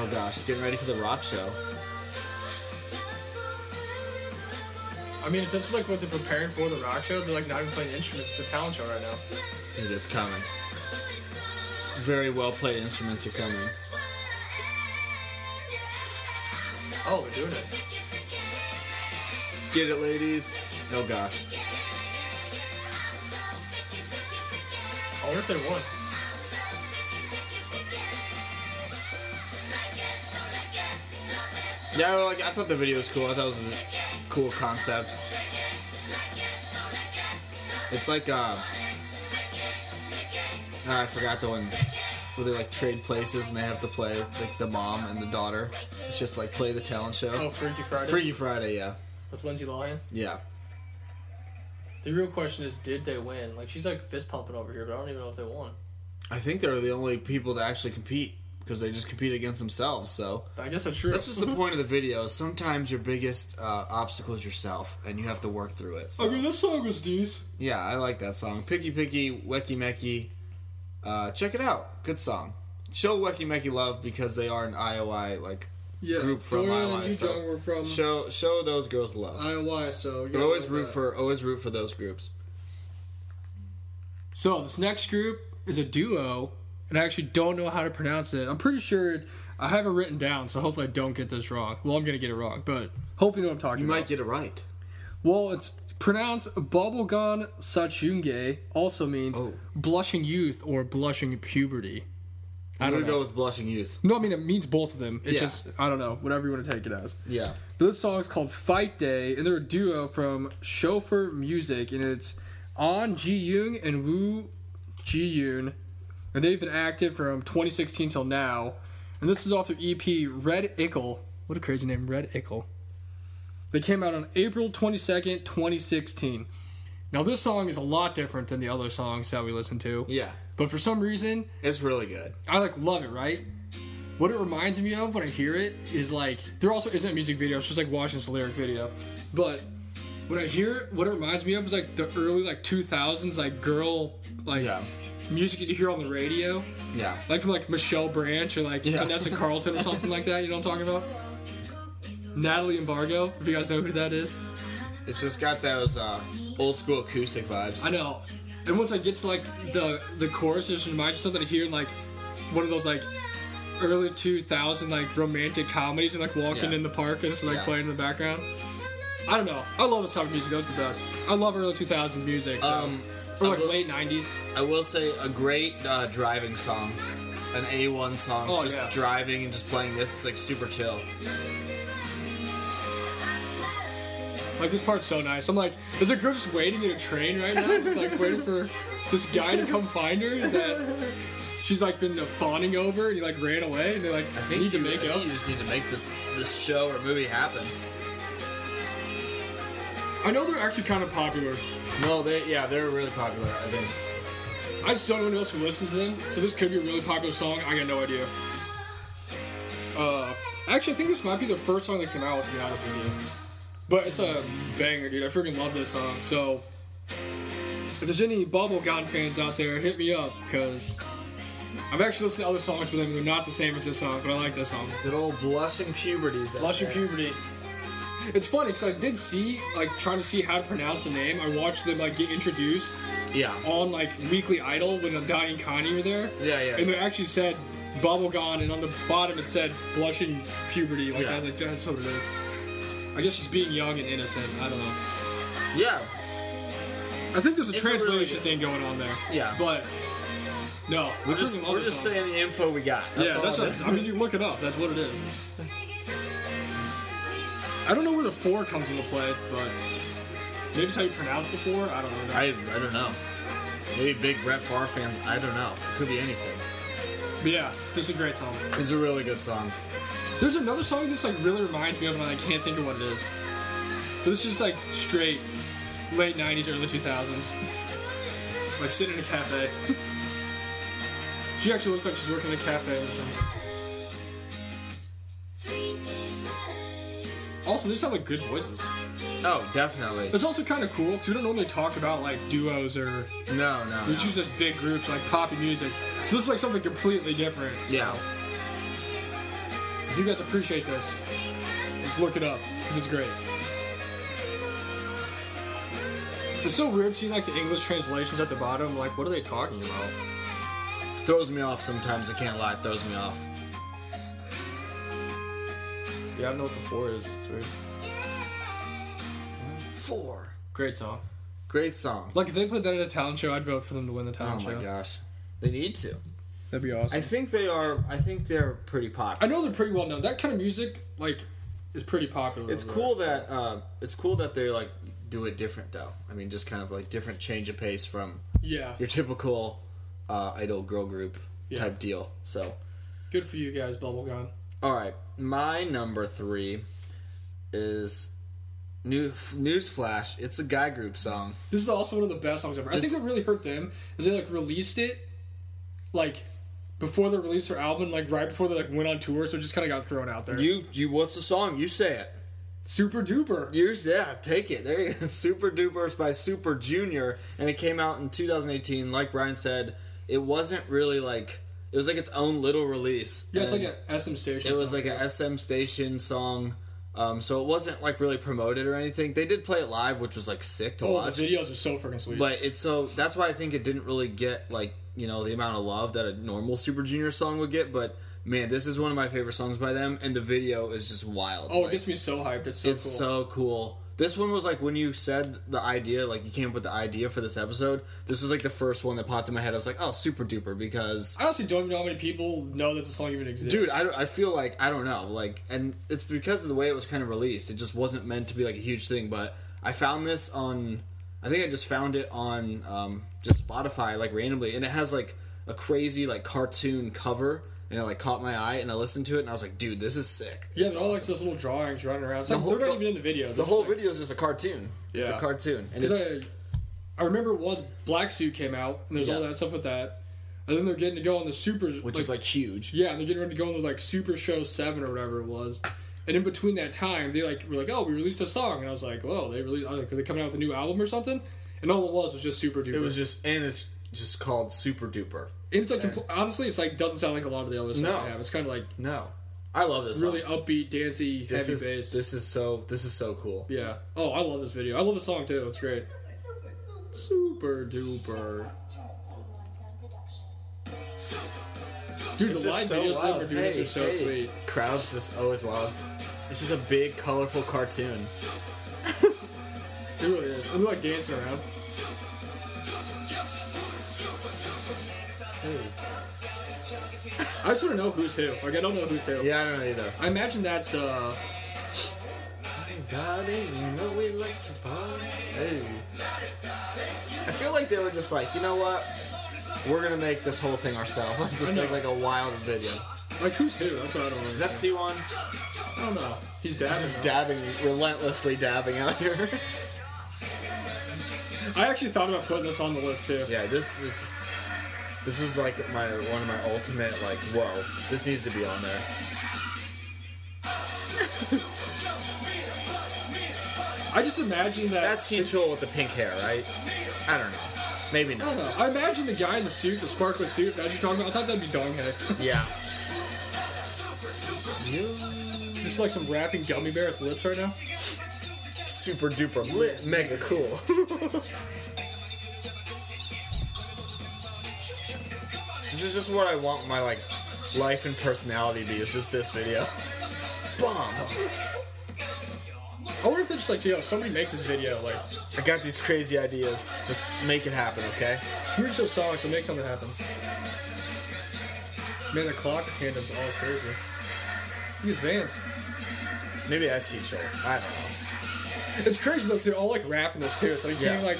S1: Oh gosh, getting ready for the rock show.
S2: I mean, if that's like what they're preparing for the rock show, they're like not even playing instruments. The talent show right now.
S1: Dude, it's coming. Very well played instruments are coming.
S2: Oh, we're doing it.
S1: Get it, ladies. Oh gosh.
S2: I wonder if they won.
S1: Yeah, well, like I thought the video was cool. I thought it was a cool concept. It's like uh, ah, I forgot the one where they like trade places and they have to play like the mom and the daughter. It's just like play the talent
S2: Oh,
S1: show.
S2: Freaky Friday
S1: Freaky Friday, yeah,
S2: with Lindsay Lohan.
S1: yeah.
S2: The real question is, did they win? Like she's like fist pumping over here, but I don't even know if they won.
S1: I think they're the only people that actually compete because they just compete against themselves. So
S2: I guess that's true.
S1: that's just the point of the video. Sometimes your biggest uh, obstacle is yourself, and you have to work through it. So.
S2: I mean, this song was decent.
S1: Yeah, I like that song. Picky Picky, Wecky Mecky. Uh, check it out. Good song. Show Wecky Mecky love because they are an IOI like
S2: Yeah,
S1: group from
S2: Dorian and
S1: IOI.
S2: Yu
S1: So
S2: Jung were from
S1: show show those girls love.
S2: IOI, so
S1: But
S2: yeah,
S1: always
S2: like
S1: root
S2: that.
S1: for always root for those groups.
S2: So this next group is a duo, and I actually don't know how to pronounce it. I'm pretty sure it, I have it written down, so hopefully I don't get this wrong. Well, I'm gonna get it wrong, but hopefully you know what I'm
S1: You
S2: talking about.
S1: might get it right.
S2: Well, it's pronounced Bubblegum Sachunge, also means
S1: Oh.
S2: blushing youth or blushing puberty. I
S1: I'm
S2: don't
S1: gonna
S2: know.
S1: go with Blushing Youth.
S2: No, I mean it means both of them. It's
S1: Yeah.
S2: just I don't know, whatever you want to take it as.
S1: Yeah.
S2: But this song's called Fight Day, and they're a duo from Chauffeur Music, and it's On Ji Yoon and Woo Ji Yoon, and they've been active from 2016 till now. And this is off their EP Red Ickle. What a crazy name, Red Ickle. They came out on April 22nd, 2016. Now this song is a lot different than the other songs that we listened to,
S1: Yeah.
S2: but for some reason
S1: It's really good.
S2: I like love it, right? What it reminds me of when I hear it is like there also isn't a music video, it's just like watching this lyric video. But when I hear it, what it reminds me of is like the early like two thousands like girl like
S1: Yeah.
S2: music that you hear on the radio.
S1: Yeah.
S2: Like from like Michelle Branch or like
S1: Yeah.
S2: Vanessa Carlton or something like that, you know what I'm talking about? Natalie Embargo, if you guys know who that is.
S1: It's just got those uh, old school acoustic vibes.
S2: I know. And once I get to like the the chorus, it just reminds me of something I hear in like one of those like early two thousand like romantic comedies and like walking
S1: Yeah.
S2: in the park and it's like
S1: Yeah.
S2: playing in the background. I don't know. I love this type of music. That's the best. I love early two thousand music. So.
S1: Um,
S2: or like
S1: I will-
S2: late nineties.
S1: I will say a great uh, driving song, an A1 song.
S2: Oh,
S1: just
S2: yeah.
S1: driving and just playing this is like super chill.
S2: Like this part's so nice. I'm like, is a girl just waiting in a train right now? Just like waiting for this guy to come find her that she's like been uh, fawning over and he like ran away and they're like,
S1: I think
S2: need to
S1: you-
S2: make
S1: I think
S2: up.
S1: You just need to make this this show or movie happen.
S2: I know they're actually kind of popular.
S1: No, they yeah, they're really popular. I think.
S2: I just don't know anyone else who listens to them, so this could be a really popular song. I got no idea. Uh, actually, I think this might be the first song that came out, to be honest with you. But it's a banger, dude. I freaking love this song. So, if there's any Bubblegum fans out there, hit me up, because I've actually listened to other songs with them. They're not the same as this song, but I like this song.
S1: Good old blushing puberties. out
S2: Blushing
S1: there.
S2: Puberty. It's funny, because I did see, like, trying to see how to pronounce the name. I watched them, like, get introduced
S1: Yeah.
S2: on like Weekly Idol when Donnie and Connie were there.
S1: Yeah, yeah.
S2: And they actually said bubblegum, and on the bottom it said blushing puberty. Like
S1: Yeah.
S2: I was like, that's what it is. I guess she's being young and innocent. I don't know.
S1: Yeah.
S2: I think there's a
S1: It's a really
S2: translation
S1: good-
S2: thing going on there.
S1: Yeah.
S2: But no,
S1: We're
S2: I
S1: just
S2: freaking love
S1: we're
S2: this
S1: just
S2: song.
S1: saying the info we got. That's
S2: yeah,
S1: all
S2: that's
S1: it
S2: just,
S1: is.
S2: I mean you look it up. That's what it is. I don't know where the four comes into play, but maybe it's how you pronounce the four. I don't
S1: <laughs>
S2: know.
S1: I I don't know. Maybe big Brett Favre fans. I don't know. It could be anything.
S2: but yeah, this is a great song.
S1: It's a really good song.
S2: There's another song that's like really reminds me of, and I can't think of what it is. But it's just like straight late '90s, early 2000s. Like sitting in a cafe. <laughs> she actually looks like she's working in a cafe. Or something. Also, they just have like good voices.
S1: Oh, definitely.
S2: It's also kind of cool because we don't normally talk about like duos or
S1: No, no.
S2: we
S1: no.
S2: choose just big groups like poppy music. So this is like something completely different. So
S1: Yeah.
S2: If you guys appreciate this, just look it up because it's great. It's so weird seeing like the English translations at the bottom. Like, what are they talking about?
S1: Throws me off sometimes. I can't lie. It throws me off.
S2: Yeah, I don't know what the four is. It's weird.
S1: Four.
S2: Great song.
S1: Great song.
S2: Like if they played that at a talent show, I'd vote for them to win the
S1: Oh
S2: talent show.
S1: my gosh. They need to.
S2: That'd be awesome.
S1: I
S2: I,
S1: think they are. I think they're pretty popular.
S2: know they're pretty well known. That kind of music, like, is pretty popular.
S1: It's
S2: over
S1: cool
S2: there.
S1: that uh, it's cool that they like do it different though. I mean, just kind of like different change of pace from
S2: Yeah,
S1: your typical uh, idol girl group
S2: Yeah.
S1: type deal. So,
S2: good for you guys, Bubblegum.
S1: all right, my number three is new newsflash. It's a guy group song.
S2: This is also one of the best songs ever. I think
S1: This-
S2: what really hurt them is they like released it, like, before they released their album, like right before they like went on tour, so it just kind of got thrown out there.
S1: You you what's the song? You say it.
S2: Super duper.
S1: Use yeah, take it. There you go. <laughs> Super Duper's by Super Junior, and it came out in 2018. Like Brian said, it wasn't really like it was like its own little release.
S2: Yeah, it's
S1: And
S2: like a SM station.
S1: it was
S2: song.
S1: like a SM station song. Um, so it wasn't like really promoted or anything. They did play it live, which was like sick to
S2: oh,
S1: watch.
S2: the videos are so freaking sweet.
S1: But it's so that's why I think it didn't really get like you know the amount of love that a normal Super Junior song would get. But man, this is one of my favorite songs by them, and the video is just wild.
S2: oh,
S1: Like,
S2: it gets me so hyped. It's so
S1: it's
S2: cool.
S1: so cool. This one was like when you said the idea, like you came up with the idea for this episode. This was like the first one that popped in my head. I was like, oh, super duper because.
S2: I honestly don't even know how many people know that the song even exists.
S1: Dude, I, don't- I feel like I don't know, like, and it's because of the way it was kind of released. It just wasn't meant to be like a huge thing. But I found this on, I think I just found it on um, just Spotify, like randomly, and it has like a crazy like cartoon cover, and it like caught my eye, and I listened to it, and I was like, dude, this is sick.
S2: yeah, they're all like those little drawings running around. It's like,
S1: whole-
S2: they're not
S1: the-
S2: even in the video.
S1: The whole video is just a cartoon. It's a
S2: Yeah.
S1: cartoon, and it's
S2: Because I, I remember it was Black Suit came out, and there's all
S1: Yeah.
S2: that stuff with that. And then they're getting to go on the Super.
S1: which is like huge.
S2: Yeah, and they're getting ready to go on the like Super Show 7 or whatever it was. And in between that time, they like were like, oh, we released a song. And I was like, whoa, they really, I was like, are they coming out with a new album or something? And all it was was just Super Duper.
S1: It was just, and it's just called Super Duper.
S2: and it's like, compl- honestly, it's like, doesn't sound like a lot of the other stuff
S1: No.
S2: I have. It's kind of like
S1: No, I love this.
S2: really
S1: song.
S2: upbeat, dancey,
S1: this
S2: heavy
S1: is
S2: bass.
S1: this is so this is so cool.
S2: Yeah. Oh, I love this video. I love the song too. It's great. Super duper. Dude,
S1: It's
S2: the
S1: just
S2: live
S1: so
S2: videos
S1: wild.
S2: they produce
S1: Hey,
S2: are so
S1: hey.
S2: sweet.
S1: Crowds just always wild. It's just a big, colorful cartoon.
S2: It really is. And they're like dancing around.
S1: Hey.
S2: I just want to know who's who. Like, I don't know who's who.
S1: Yeah, I don't know either.
S2: I imagine that's, uh,
S1: Everybody, you know we like to party. Hey. I feel like they were just like, you know what? We're gonna make this whole thing ourselves. <laughs> Let's just
S2: know.
S1: make like a wild video.
S2: like, who's who? That's what I don't know.
S1: Is that C1?
S2: I don't know. He's dabbing.
S1: Just
S2: now.
S1: dabbing, relentlessly dabbing out here. <laughs>
S2: I actually thought about putting this on the list too.
S1: Yeah, this this this was like my one of my ultimate like whoa, this needs to be on there.
S2: I just imagine that.
S1: That's Heechul with the pink hair, right? I don't know. Maybe
S2: I
S1: not.
S2: don't know. I imagine the guy in the suit, the sparkly suit that you're talking about. I thought that'd be Donghae.
S1: Yeah.
S2: <laughs> just like some rapping gummy bear with lips right now.
S1: Super duper lit, mega cool. <laughs> this is just what I want my like life and personality to be. It's just this video. <laughs> Bomb.
S2: I wonder if they're just like, yo, somebody make this video. Like,
S1: I got these crazy ideas. Just make it happen, okay?
S2: here's those songs, so make something happen. Man, the clock fandom's all crazy. Use Vans.
S1: Maybe that's Heechul. I don't know.
S2: It's crazy though, because they're all like rapping this too. It's like, yeah.
S1: Yeah.
S2: like,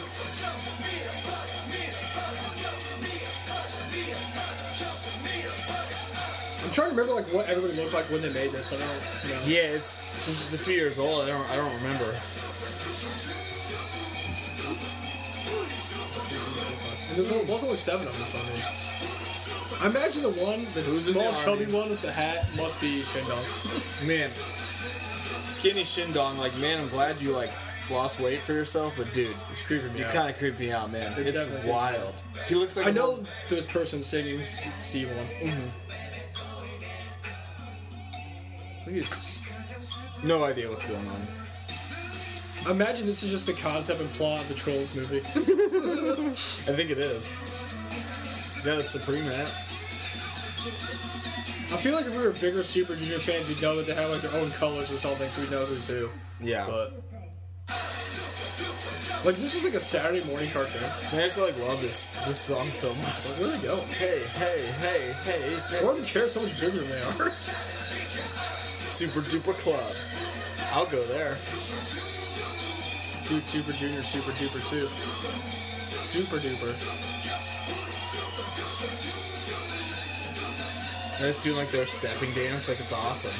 S2: I'm trying to remember like what everybody looked like when they made this. I don't know.
S1: Yeah, it's since it's a few years old, I don't I don't remember.
S2: And There's only, there's only seven of them. so I mean. I imagine the one, the
S1: Who's in
S2: small
S1: the
S2: chubby
S1: army?
S2: one with the hat, must be Shindong.
S1: Man, skinny Shindong, like man, I'm glad you like lost weight for yourself, but dude,
S2: It's creeping me
S1: you
S2: out.
S1: kind of creep me out, man.
S2: It
S1: It's
S2: definitely-
S1: wild. He looks like
S2: I
S1: a
S2: know
S1: little-
S2: this person singing C- C1. Look at his-
S1: no idea what's going on.
S2: Imagine this is just the concept and plot of the Trolls movie.
S1: I think it is. Yeah, the Supreme app.
S2: I feel like if we were bigger Super Junior fans, we'd know that they have like their own colors or something, so we know who's who.
S1: Yeah.
S2: But like this is like a Saturday morning cartoon.
S1: Man, I just like love this this song so much.
S2: Like, where do they go?
S1: Hey, hey, hey, hey, hey.
S2: Why are the chairs so much bigger than they are? <laughs>
S1: Super duper club. I'll go there.
S2: Dude, Super Junior, Super Duper too. Super Duper.
S1: They're just doing like their stepping dance, like it's awesome.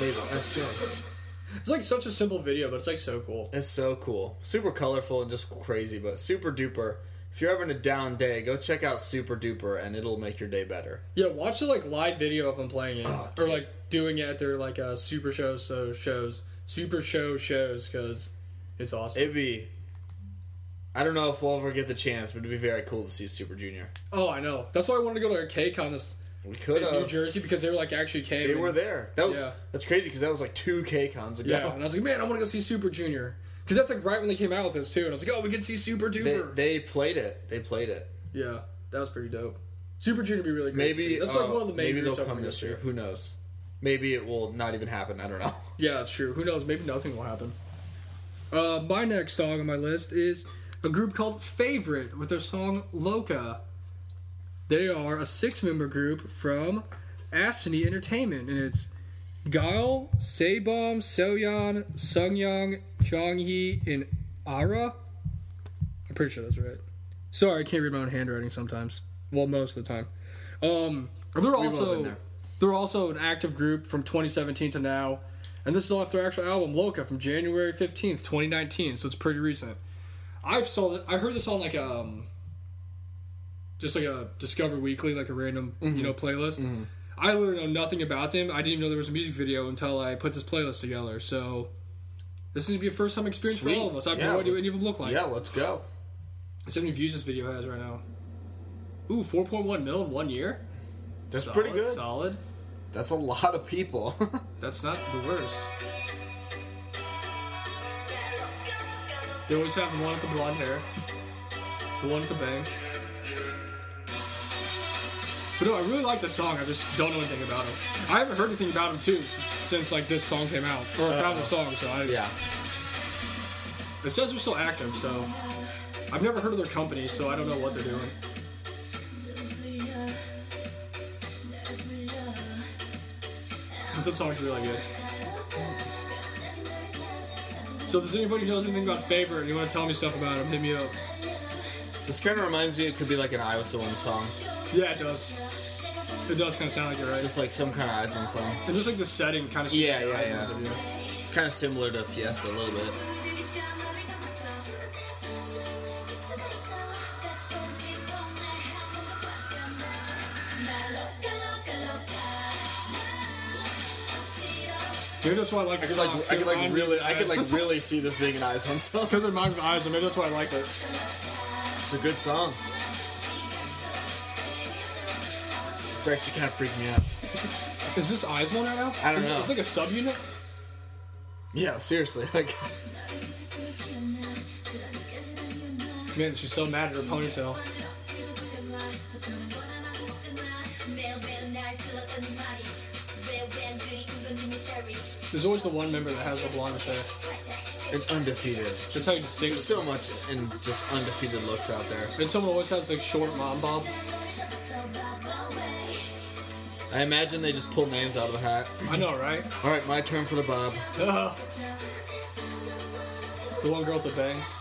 S1: Mabel, that's true.
S2: It's like such a simple video, but it's like so cool.
S1: It's so cool. Super colorful and just crazy, but super duper. If you're having a down day, go check out Super Duper and it'll make your day better.
S2: Yeah, watch the like live video of them playing it,
S1: Oh,
S2: or
S1: dude.
S2: like doing it at their like uh, Super Show so shows, Super Show shows, because it's awesome.
S1: It'd be. I don't know if we'll ever get the chance, but it'd be very cool to see Super Junior.
S2: oh, I know. That's why I wanted to go to a K-Con this,
S1: We
S2: in
S1: could
S2: New
S1: have.
S2: Jersey because they were like actually came.
S1: They
S2: and-
S1: were there. That was
S2: Yeah.
S1: that's crazy because that was like two K cons ago.
S2: Yeah, and I was like, man, I want to go see Super Junior because that's like right when they came out with this too, and I was like, oh, we can see Super
S1: They,
S2: Duper.
S1: they played it. They played it.
S2: yeah, that was pretty dope. Super Junior would be really great. to see.
S1: Maybe
S2: that's
S1: uh,
S2: like one of the main
S1: maybe they'll
S2: groups I
S1: come
S2: wanna go
S1: this
S2: see.
S1: year. Who knows? Maybe it will not even happen. I don't know.
S2: Yeah, it's true. Who knows? Maybe nothing will happen. Uh, my next song on my list is a group called Favorite with their song Loca. They are a six member group from Astony Entertainment, and it's Guile, Sebom, Soyeon, Sungyong, Jonghee, and Ara. I'm pretty sure that's right. Sorry, I can't read my own handwriting sometimes. Well, most of the time. Um, they're
S1: been
S2: also
S1: there.
S2: they're also an active group from 2017 to now, and this is off their actual album Loca from January 15th, 2019. So it's pretty recent. I saw that I heard this on like um, just like a Discover Weekly, like a random you know
S1: Mm-hmm.
S2: playlist. I literally know nothing about them. I didn't even know there was a music video until I put this playlist together. So this is gonna be a first time experience
S1: Sweet.
S2: for all of us. I have
S1: Yeah,
S2: no
S1: we-
S2: idea what any of them look like.
S1: yeah, let's go.
S2: See how many views this video has right now. Ooh, 4.1 mil in one year.
S1: That's
S2: Solid,
S1: pretty good.
S2: Solid.
S1: That's a lot of people. <laughs>
S2: That's not the worst. They always have the one with the blonde hair, the one with the bangs. But no, I really like the song. I just don't know anything about him. I haven't heard anything about him too since like this song came out, or found the song. So I,
S1: yeah.
S2: it says they're still active. So I've never heard of their company, so I don't know what they're doing. But this song's really good. So if there's anybody who knows anything about Favorite and you want to tell me stuff about him, hit me up.
S1: This kind of reminds me. It could be like an I Was the One song,
S2: Yeah, it does. It does kind of sound like you're right.
S1: just like some kind of I Was the One song.
S2: and just like the setting kind of.
S1: Yeah, yeah, yeah. It's kind of similar to Fiesta a little bit.
S2: Maybe that's why I like the
S1: I could
S2: song.
S1: like, I could like really, I could like really see this being an I Was the One song.
S2: <laughs> Because it reminds me of Isaac, maybe that's why I like it.
S1: It's a good song. It's actually kind of freaking me out.
S2: Is this Eyes one right now?
S1: I don't
S2: Is-
S1: know.
S2: It's like a subunit.
S1: Yeah, seriously. <laughs> Like,
S2: Man, she's so mad at her ponytail. There's always the one member that has the blonde hair.
S1: and undefeated.
S2: That's how you
S1: There's
S2: distinguish.
S1: so much and just undefeated looks out there.
S2: and someone always has like short mom bob.
S1: I imagine they just pull names out of a hat.
S2: I know, right?
S1: All right, my turn for the bob.
S2: Ugh. The one girl with the bangs.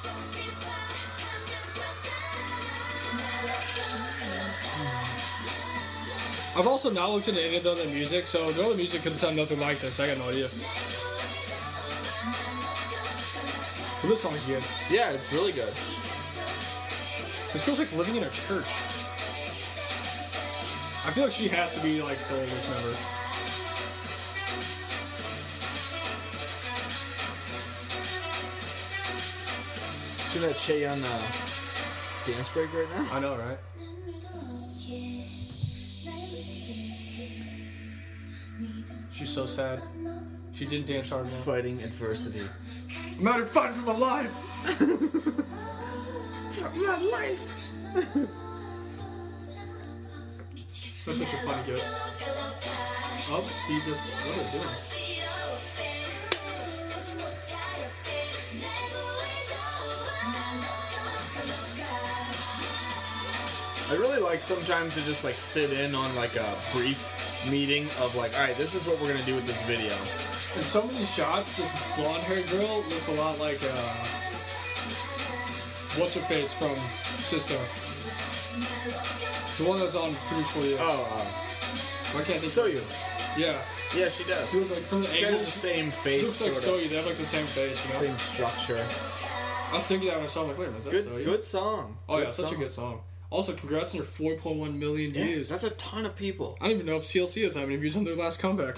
S2: I've also not looked into any of the other music, so the other music could sound nothing like this. I got no idea. But this song's good.
S1: Yeah, it's really good.
S2: This girl's like living in a church. I feel like she has to be like the oldest member.
S1: See that Che on uh, dance break right now?
S2: I know, right? She's so sad. She didn't dance hard enough.
S1: Fighting adversity.
S2: I'm out here fighting for my life. <laughs> for my life. That's such a funny joke. Oh, he just what are you doing?
S1: I really like sometimes to just like sit in on like a brief meeting of like, all right, this is what we're gonna do with this video.
S2: In some of these shots, this blonde-haired girl looks a lot like uh, what's her face from Sister, the one that's on Produce for You.
S1: Oh,
S2: Why can't they?
S1: uh, so you?
S2: yeah,
S1: Yeah, she does.
S2: she looks like from the
S1: She
S2: angle.
S1: has the same
S2: She
S1: face,
S2: looks like
S1: sort of,
S2: Soyu. They have like the same face. You know?
S1: same structure.
S2: I was thinking that when I saw. it, like, wait a minute,
S1: Good,
S2: is that Soyu?
S1: good song.
S2: Oh yeah,
S1: Good
S2: such a
S1: song.
S2: good song. Also, congrats on your 4.1 million
S1: Yeah,
S2: views.
S1: that's a ton of people.
S2: I don't even know if CLC has that many views on their last comeback.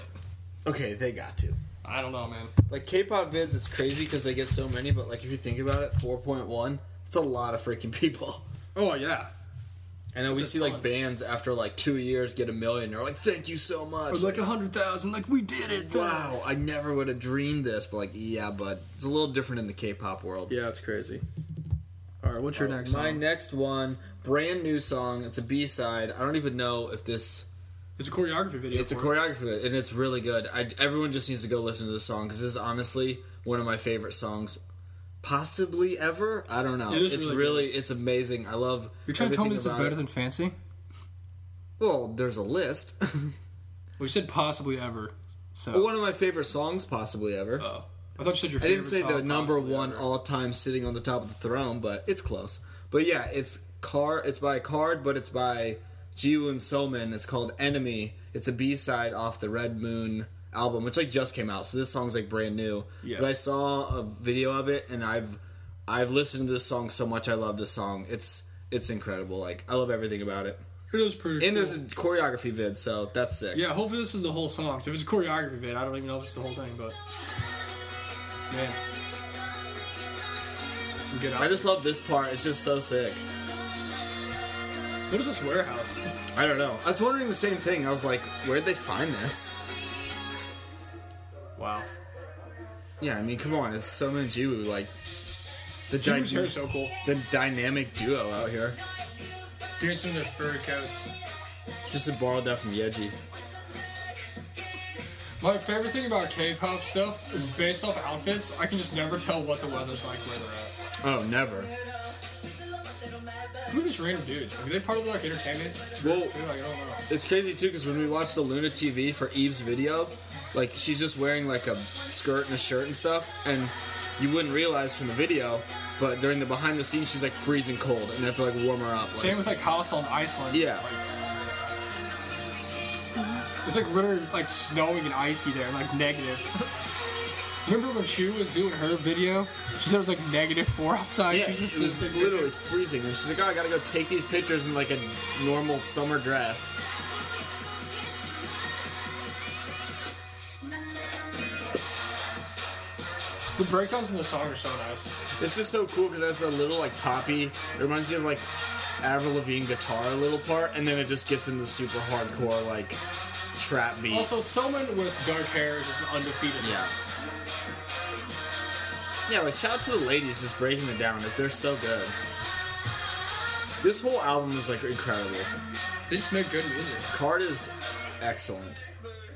S1: Okay, they got to.
S2: I don't know, man.
S1: Like K-pop vids, it's crazy because they get so many. But like, if you think about it, four point one, it's a lot of freaking people.
S2: Oh yeah,
S1: I know we
S2: It's a
S1: see like
S2: ton.
S1: bands after like two years get a million. They're like, thank you so much.
S2: was like a hundred thousand. Like we did it.
S1: wow, I never would have dreamed this. But like, yeah, but it's a little different in the K-pop world.
S2: Yeah, it's crazy. All right, what's your next?
S1: Oh, My
S2: song?
S1: next one, brand new song. It's a B-side. I don't even know if this.
S2: It's a choreography video.
S1: It's a
S2: for it.
S1: choreography, of it, and it's really good. I, everyone just needs to go listen to this song because this is honestly one of my favorite songs, possibly ever. I don't know.
S2: It is
S1: it's
S2: really
S1: really, it's amazing. I love.
S2: You're trying to tell me
S1: everything
S2: this is
S1: about
S2: better
S1: it.
S2: than Fancy?
S1: Well, there's a list. <laughs>
S2: We said possibly ever. So.
S1: one of my favorite songs, possibly ever.
S2: Oh. I thought you said your.
S1: I didn't say
S2: favorite
S1: the
S2: song
S1: number
S2: possibly
S1: one
S2: ever.
S1: all time sitting on the top of the throne, but it's close. But yeah, it's car. It's by Card, but it's by Jiwoon Soman. It's called Enemy. It's a B side off the Red Moon album, which like just came out. So this song's like brand new.
S2: Yeah.
S1: But I saw a video of it, and I've I've listened to this song so much. I love this song. It's it's incredible. Like I love everything about it.
S2: It is pretty.
S1: And there's
S2: cool.
S1: a choreography vid, so that's sick.
S2: Yeah, hopefully this is the whole song. 'cause If it's a choreography vid, I don't even know if it's the whole thing, but man, some good.
S1: I
S2: Outfit.
S1: just love this part. It's just so sick.
S2: What is this warehouse?
S1: I don't know. I was wondering the same thing. I was like, where'd they find this?
S2: Wow.
S1: Yeah, I mean, come on, it's Soma and Jiwoo, like the
S2: Jiwoon's hair is
S1: dy-
S2: so cool.
S1: the dynamic duo out here.
S2: Dancing in their fur coats.
S1: Just to borrow that from Yeji.
S2: My favorite thing about K-pop stuff is based off outfits. I can just never tell what the weather's like where they're
S1: Oh,
S2: at.
S1: never.
S2: Who are these random dudes? Like, are they part of like entertainment?
S1: Well,
S2: Dude, like, I don't know.
S1: it's crazy too because when we watched the Luna TV for Eve's video, like she's just wearing like a skirt and a shirt and stuff, and you wouldn't realize from the video, but during the behind the scenes, she's like freezing cold, and they have to like warm her up. Like,
S2: Same with like House on Iceland.
S1: Yeah.
S2: Like, it's like literally like snowing and icy there, like negative. <laughs> Remember when Chu was doing her video? She said it was like negative four outside.
S1: yeah,
S2: she
S1: it
S2: just
S1: was
S2: just-
S1: literally freezing, and she's like, "Oh, I gotta go take these pictures in like a normal summer dress."
S2: the breakdowns in the song are so nice.
S1: It's just so cool because that's a little like poppy. It reminds you of like Avril Lavigne guitar a little part, and then it just gets into super hardcore like trap beat.
S2: Also, someone with dark hair is just undefeated.
S1: yeah. Yeah, like shout out to the ladies just breaking it down. Like they're so good. This whole album is like incredible.
S2: They just make good music.
S1: Card is excellent.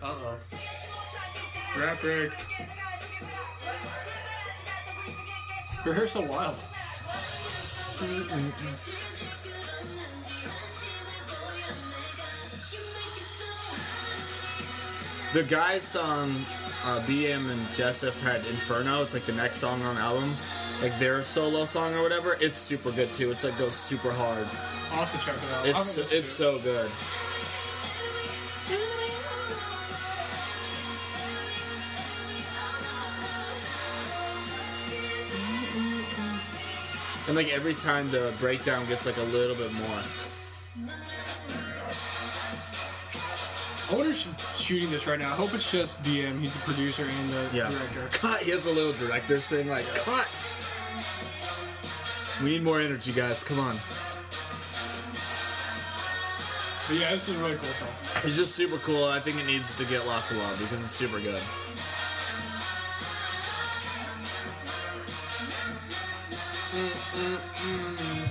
S2: Uh oh. Rap break. Her hair's so wild.
S1: The guys on uh, BM and Jessif had Inferno. It's like the next song on the album, like their solo song or whatever. It's super good too. It's like goes super hard.
S2: I'll have to check it out. I haven't
S1: It's
S2: listened
S1: it's
S2: to
S1: so
S2: it.
S1: good. And like every time the breakdown gets like a little bit more.
S2: I wonder if she's shooting this right now. I hope it's just DM. He's the producer and the director.
S1: Cut. He has a little director's thing like cut. We need more energy, guys. Come on.
S2: But yeah, this is a really cool song.
S1: It's just super cool. I think it needs to get lots of love because it's super good. Mm,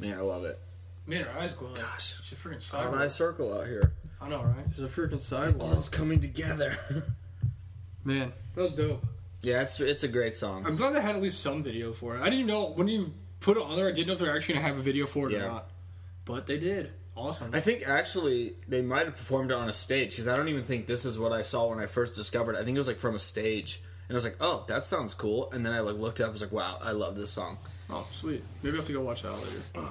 S1: Man, I love it.
S2: Made her eyes glow.
S1: Gosh.
S2: She's a freaking
S1: Got a
S2: sidewalk.
S1: nice circle out here.
S2: I know, right? She's a freaking sidewalk.
S1: All's coming together. <laughs>
S2: Man, that was dope.
S1: yeah, it's it's a great song.
S2: I'm glad they had at least some video for it. I didn't know when you put it on there. I didn't know if they're actually gonna have a video for it
S1: Yeah.
S2: or not. But they did. Awesome.
S1: I think actually they might have performed it on a stage because I don't even think this is what I saw when I first discovered. it. I think it was like from a stage, and I was like, "Oh, that sounds cool." And then I like looked it up. I was like, "Wow, I love this song."
S2: Oh, sweet. Maybe I have to go watch that later.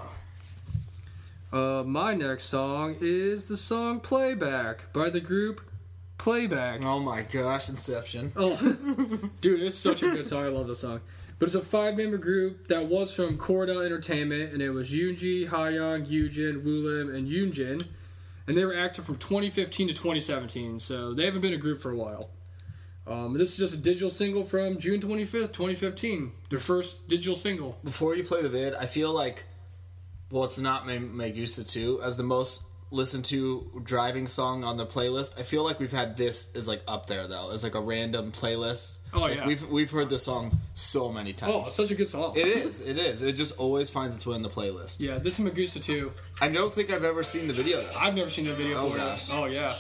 S2: Uh, my next song is the song "Playback" by the group Playback.
S1: Oh my gosh, Inception.
S2: Oh, <laughs> dude, it's such a good song. I love this song. But it's a five-member group that was from Corda Entertainment, and it was Yoonji, Hayoung, Yujin, Woolim, and Yoonjin. And they were active from 2015 to 2017, so they haven't been a group for a while. Um, this is just a digital single from June 25th, 2015. Their first digital single.
S1: Before you play the vid, I feel like, well, it's not Meg- Megusta 2 as the most listened to driving song on the playlist. I feel like we've had this is like up there though. It's like a random playlist.
S2: Oh,
S1: Like,
S2: yeah.
S1: We've we've heard this song so many times.
S2: Oh, it's such a good song.
S1: it is. It is. It just always finds its way in the playlist.
S2: Yeah, this is Magusa too.
S1: I don't think I've ever seen the video. Though.
S2: I've never seen the video
S1: Oh,
S2: for
S1: gosh.
S2: it. Oh yeah.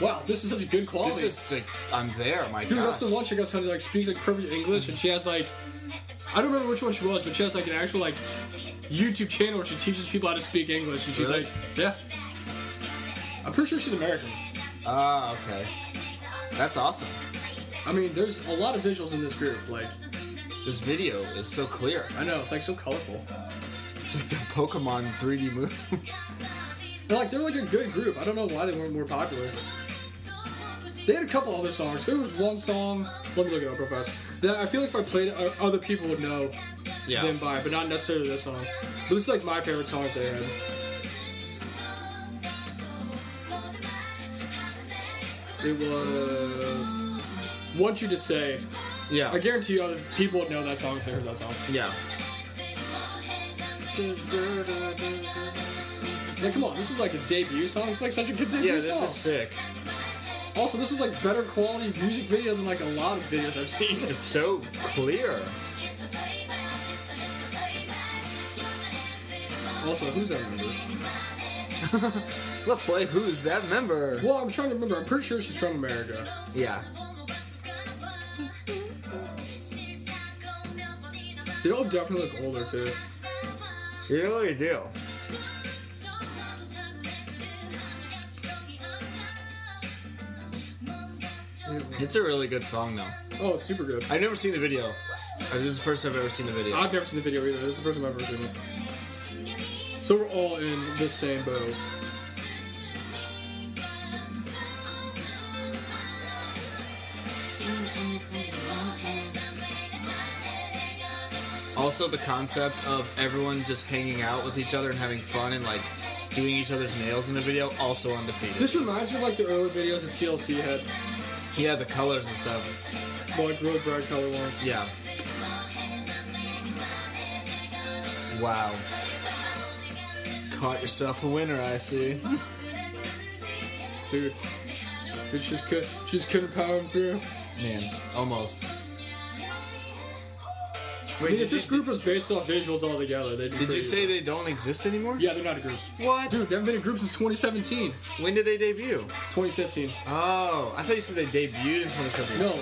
S3: Wow.
S2: Wow, this is such a good quality.
S1: This is like I'm there. My
S2: Dude,
S1: gosh.
S2: that's the one chick I was telling you, like speaks like perfect English, and she has like I don't remember which one she was, but she has like an actual like YouTube channel where she teaches people how to speak English, and she's
S1: Really?
S2: like, yeah. I'm pretty sure she's American.
S1: Ah, okay. That's awesome.
S2: I mean, there's a lot of visuals in this group. Like,
S1: This video is so clear. <laughs>
S2: I know it's like so colorful.
S1: It's like the Pokemon 3D move.
S2: They're like they're like a good group. I don't know why they weren't more popular. They had a couple other songs. There was one song. Let me look it up real fast. That I feel like if I played it, o- other people would know
S1: yeah.
S2: them by, it, but not necessarily this song. But this is like my favorite song that they had. It was "Want You to Say."
S1: yeah.
S2: I guarantee you, other people would know that song if they heard that song.
S1: yeah.
S2: Like, come on, this is like a debut song. It's like such a good debut
S1: Yeah. This
S2: song.
S1: is sick.
S2: Also, this is like better quality music video than like a lot of videos I've seen.
S1: <laughs> It's so clear.
S2: also, who's that member?
S1: Let's play Who's That Member?
S2: Well, I'm trying to remember. I'm pretty sure she's from America.
S1: Yeah.
S2: They all definitely look older too.
S1: You really do. It's a really good song, though.
S2: Oh, it's super good.
S1: I've never seen the video. Uh, This is the first time I've ever seen the video.
S2: I've never seen the video either. This is the first time I've ever seen it. So we're all in the same boat.
S1: Also, the concept of everyone just hanging out with each other and having fun and like doing each other's nails in the video, also undefeated.
S2: This reminds me of like the early videos that CLC had,
S1: Yeah, the colors and stuff.
S2: like really bright color ones.
S1: Yeah. Wow. Caught yourself a winner, I see.
S2: Dude, dude, she's could she's couldn't power them through.
S1: Man, almost.
S2: I
S1: Wait,
S2: mean, if
S1: did,
S2: this
S1: you,
S2: group was based off visuals altogether, they'd be.
S1: did you
S2: pretty
S1: say
S2: good.
S1: they don't exist anymore?
S2: Yeah, they're not a group.
S1: What?
S2: Dude, they haven't been a group since 2017,
S1: When did they debut?
S2: 2015.
S1: Oh, I thought you said they debuted in 2017.
S2: No,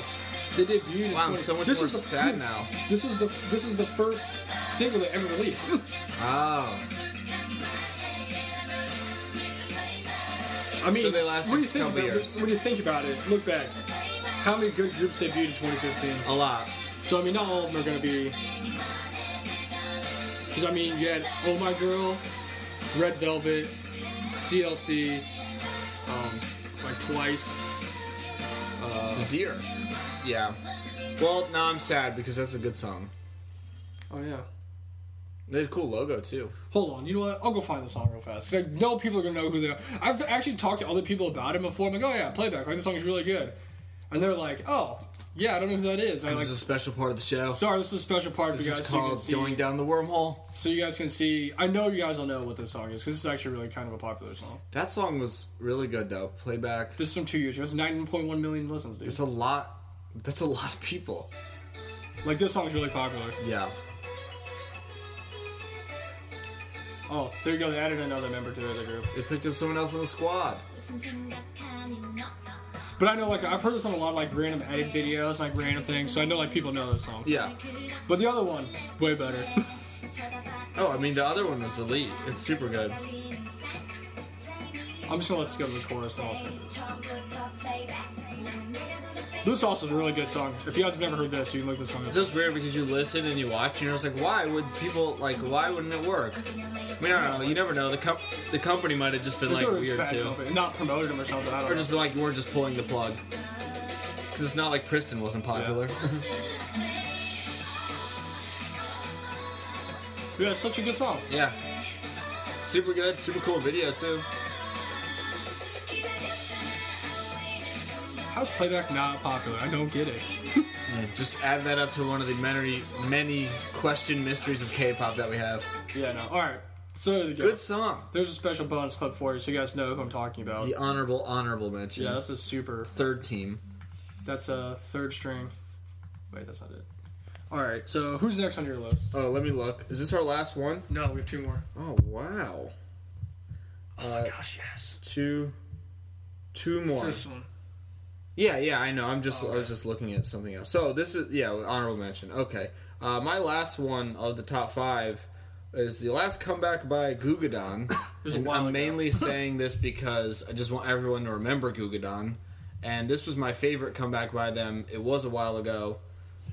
S2: they debuted. in
S1: Wow, I'm
S2: 20
S1: so much
S2: this
S1: more
S2: is the-
S1: sad
S2: <laughs>
S1: now.
S2: This is the this is the first single they ever released. <laughs>
S1: Oh.
S2: I mean,
S1: So they lasted
S2: when you think
S1: a couple
S2: about
S1: years.
S2: It, when you think about it, look back. How many good groups debuted in 2015?
S1: A lot.
S2: So I mean, not all of them are going to be. Because I mean, you had Oh My Girl, Red Velvet, CLC, um, like twice.
S1: It's a deer. Yeah. Well, now I'm sad because that's a good song.
S2: Oh yeah.
S1: They had a cool logo too.
S2: Hold on, you know what? I'll go find the song real fast. 'Cause I know people are gonna know who they are. I've actually talked to other people about it before. I'm like, oh yeah, playback. Like this song is really good, and they're like, oh yeah, I don't know who that is. I
S1: This
S2: like,
S1: is a special part of the show.
S2: sorry, this is a special part
S1: This
S2: for you
S1: is
S2: guys. So you, can
S1: called
S2: see,
S1: Going Down the Wormhole.
S2: so you guys can see. I know you guys will know what this song is because this is actually really kind of a popular song.
S1: That song was really good though. Playback.
S2: This is from two years ago. It's 9.1 million listens, dude.
S1: It's a lot. That's a lot of people.
S2: Like this song's really popular.
S1: Yeah.
S2: Oh, there you go. They added another member to the group.
S1: They picked up someone else on the squad.
S2: But I know, like, I've heard this on a lot of like random edit videos, like random things. So I know, like, people know this song.
S1: Yeah.
S2: But the other one, way better. <laughs>
S1: Oh, I mean, the other one was elite. It's super good.
S2: I'm just gonna let skip the chorus and I'll check this. This also is a really good song. If you guys have never heard this, you can look this song up.
S1: It's just weird because you listen and you watch, and you're just like, why would people like? Why wouldn't it work? I mean, I don't know. You never know. The comp- the company might have just been
S2: They
S1: like
S2: thought it was
S1: weird
S2: bad
S1: too,
S2: company, Not promoted him or something. I don't
S1: or
S2: know.
S1: just been like we're just pulling the plug. Because it's not like Kristen wasn't popular. <laughs>
S2: yeah, it's such a good song.
S1: Yeah. Super good, super cool video too.
S2: How's playback not popular? I don't get it.
S1: Just add that up to one of the many, many question mysteries of K-pop that we have.
S2: Yeah, no. All right. So there you go.
S1: Good song.
S2: There's a special bonus clip for you, so you guys know who I'm talking about.
S1: The honorable, honorable mention.
S2: Yeah, that's a super.
S1: Third team.
S2: That's a third string. Wait, that's not it. All right. So who's next on your list?
S1: Oh, let me look. Is this our last one?
S2: No, we have two more.
S1: Oh wow. Uh,
S2: Gosh, yes.
S1: two, two more.
S2: First one.
S1: Yeah, yeah, I know. I'm just I was just looking at something else. So this is yeah, honorable mention. Okay, uh, my last one of the top five is the last comeback by
S2: <coughs>
S1: Gugadon.
S2: was a
S1: And
S2: while
S1: I'm
S2: ago. <laughs>
S1: mainly saying this because I just want everyone to remember Gugadon. And this was my favorite comeback by them. It was a while ago,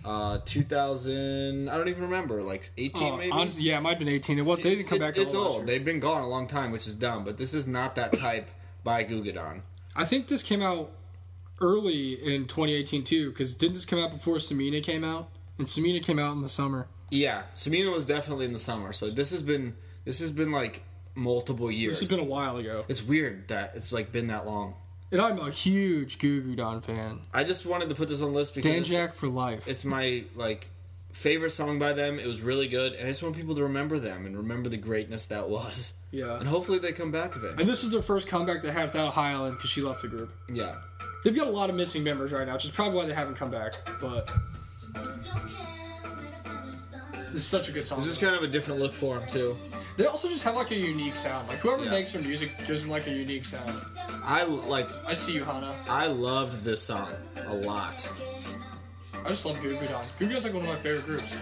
S1: uh, 2000. I don't even remember, like 18
S2: Oh,
S1: maybe.
S2: honestly, yeah, it might have been 18. It was, they didn't come
S1: it's,
S2: back.
S1: It's
S2: till last
S1: old.
S2: year.
S1: They've been gone a long time, which is dumb. But this is not that type by Gugadon.
S2: I think this came out early in 2018 too, because didn't this come out before Samina came out? And Samina came out in the summer.
S1: Yeah, Samina was definitely in the summer. So this has been this has been like multiple years.
S2: This has been a while ago.
S1: it's weird that it's like been that long.
S2: And I'm a huge Goo Goo Dolls fan.
S1: I just wanted to put this on the list because it's,
S2: Danjak for life.
S1: it's my like favorite song by them. It was really good, and I just want people to remember them and remember the greatness that was.
S2: Yeah.
S1: And hopefully they come back of it.
S2: And this is their first comeback they had without Highland because she left the group.
S1: Yeah.
S2: They've got a lot of missing members right now, which is probably why they haven't come back. But this is such a good song.
S1: This is kind of a different look for them too.
S2: they also just have like a unique sound. Like whoever
S1: Yeah.
S2: makes their music gives them like a unique sound.
S1: I like
S2: I see you, Hana.
S1: I loved this song a lot.
S2: I just love Goo Goo Dolls. Goo Goo Dolls is, like one of my favorite groups.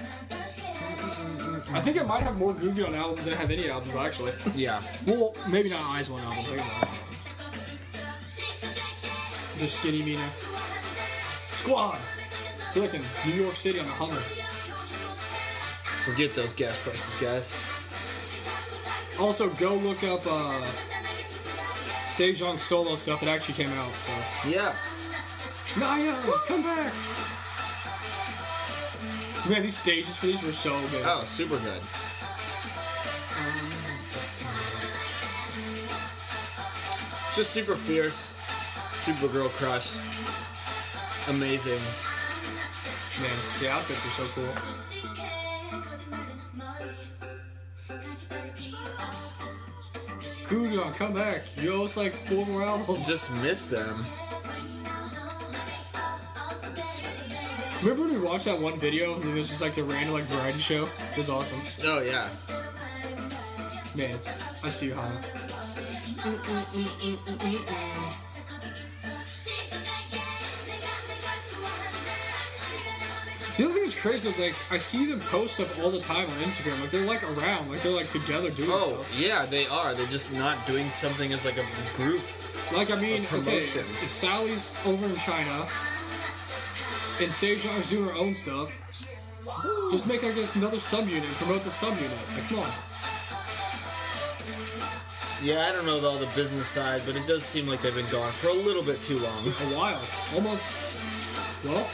S2: I think I might have more Goo Goo Dolls albums than I have any albums actually.
S1: Yeah.
S2: well, maybe not Eyes One album. Take it back. The Skinny Mina. Squad. You're like in New York City on a Hummer.
S1: Forget those gas prices, guys.
S2: Also, go look up uh, Sejong solo stuff. It actually came out. So
S1: Yeah.
S2: Naya, come back! Man, these stages for these were so good.
S1: Oh, super good. Just super fierce, super girl crush, amazing.
S2: Man, the outfits were so cool. Kudo, come back! You owe us like four more albums.
S1: Just miss them.
S2: Remember when we watched that one video and it was just like the random like variety show? It was awesome.
S1: Oh yeah,
S2: Man, I see you, Hana. The other thing that's crazy is like I see them post stuff all the time on Instagram. Like they're like around, like they're like together doing
S1: oh
S2: stuff.
S1: yeah, they are. They're just not doing something as like a group.
S2: Like I mean, okay,
S1: Promotions.
S2: if Sally's over in China and Sejong's doing her own stuff, just make I guess another subunit and promote the subunit. Like come on.
S1: Yeah, I don't know the, all the business side, but it does seem like they've been gone for a little bit too long.
S2: a while. Almost. Well.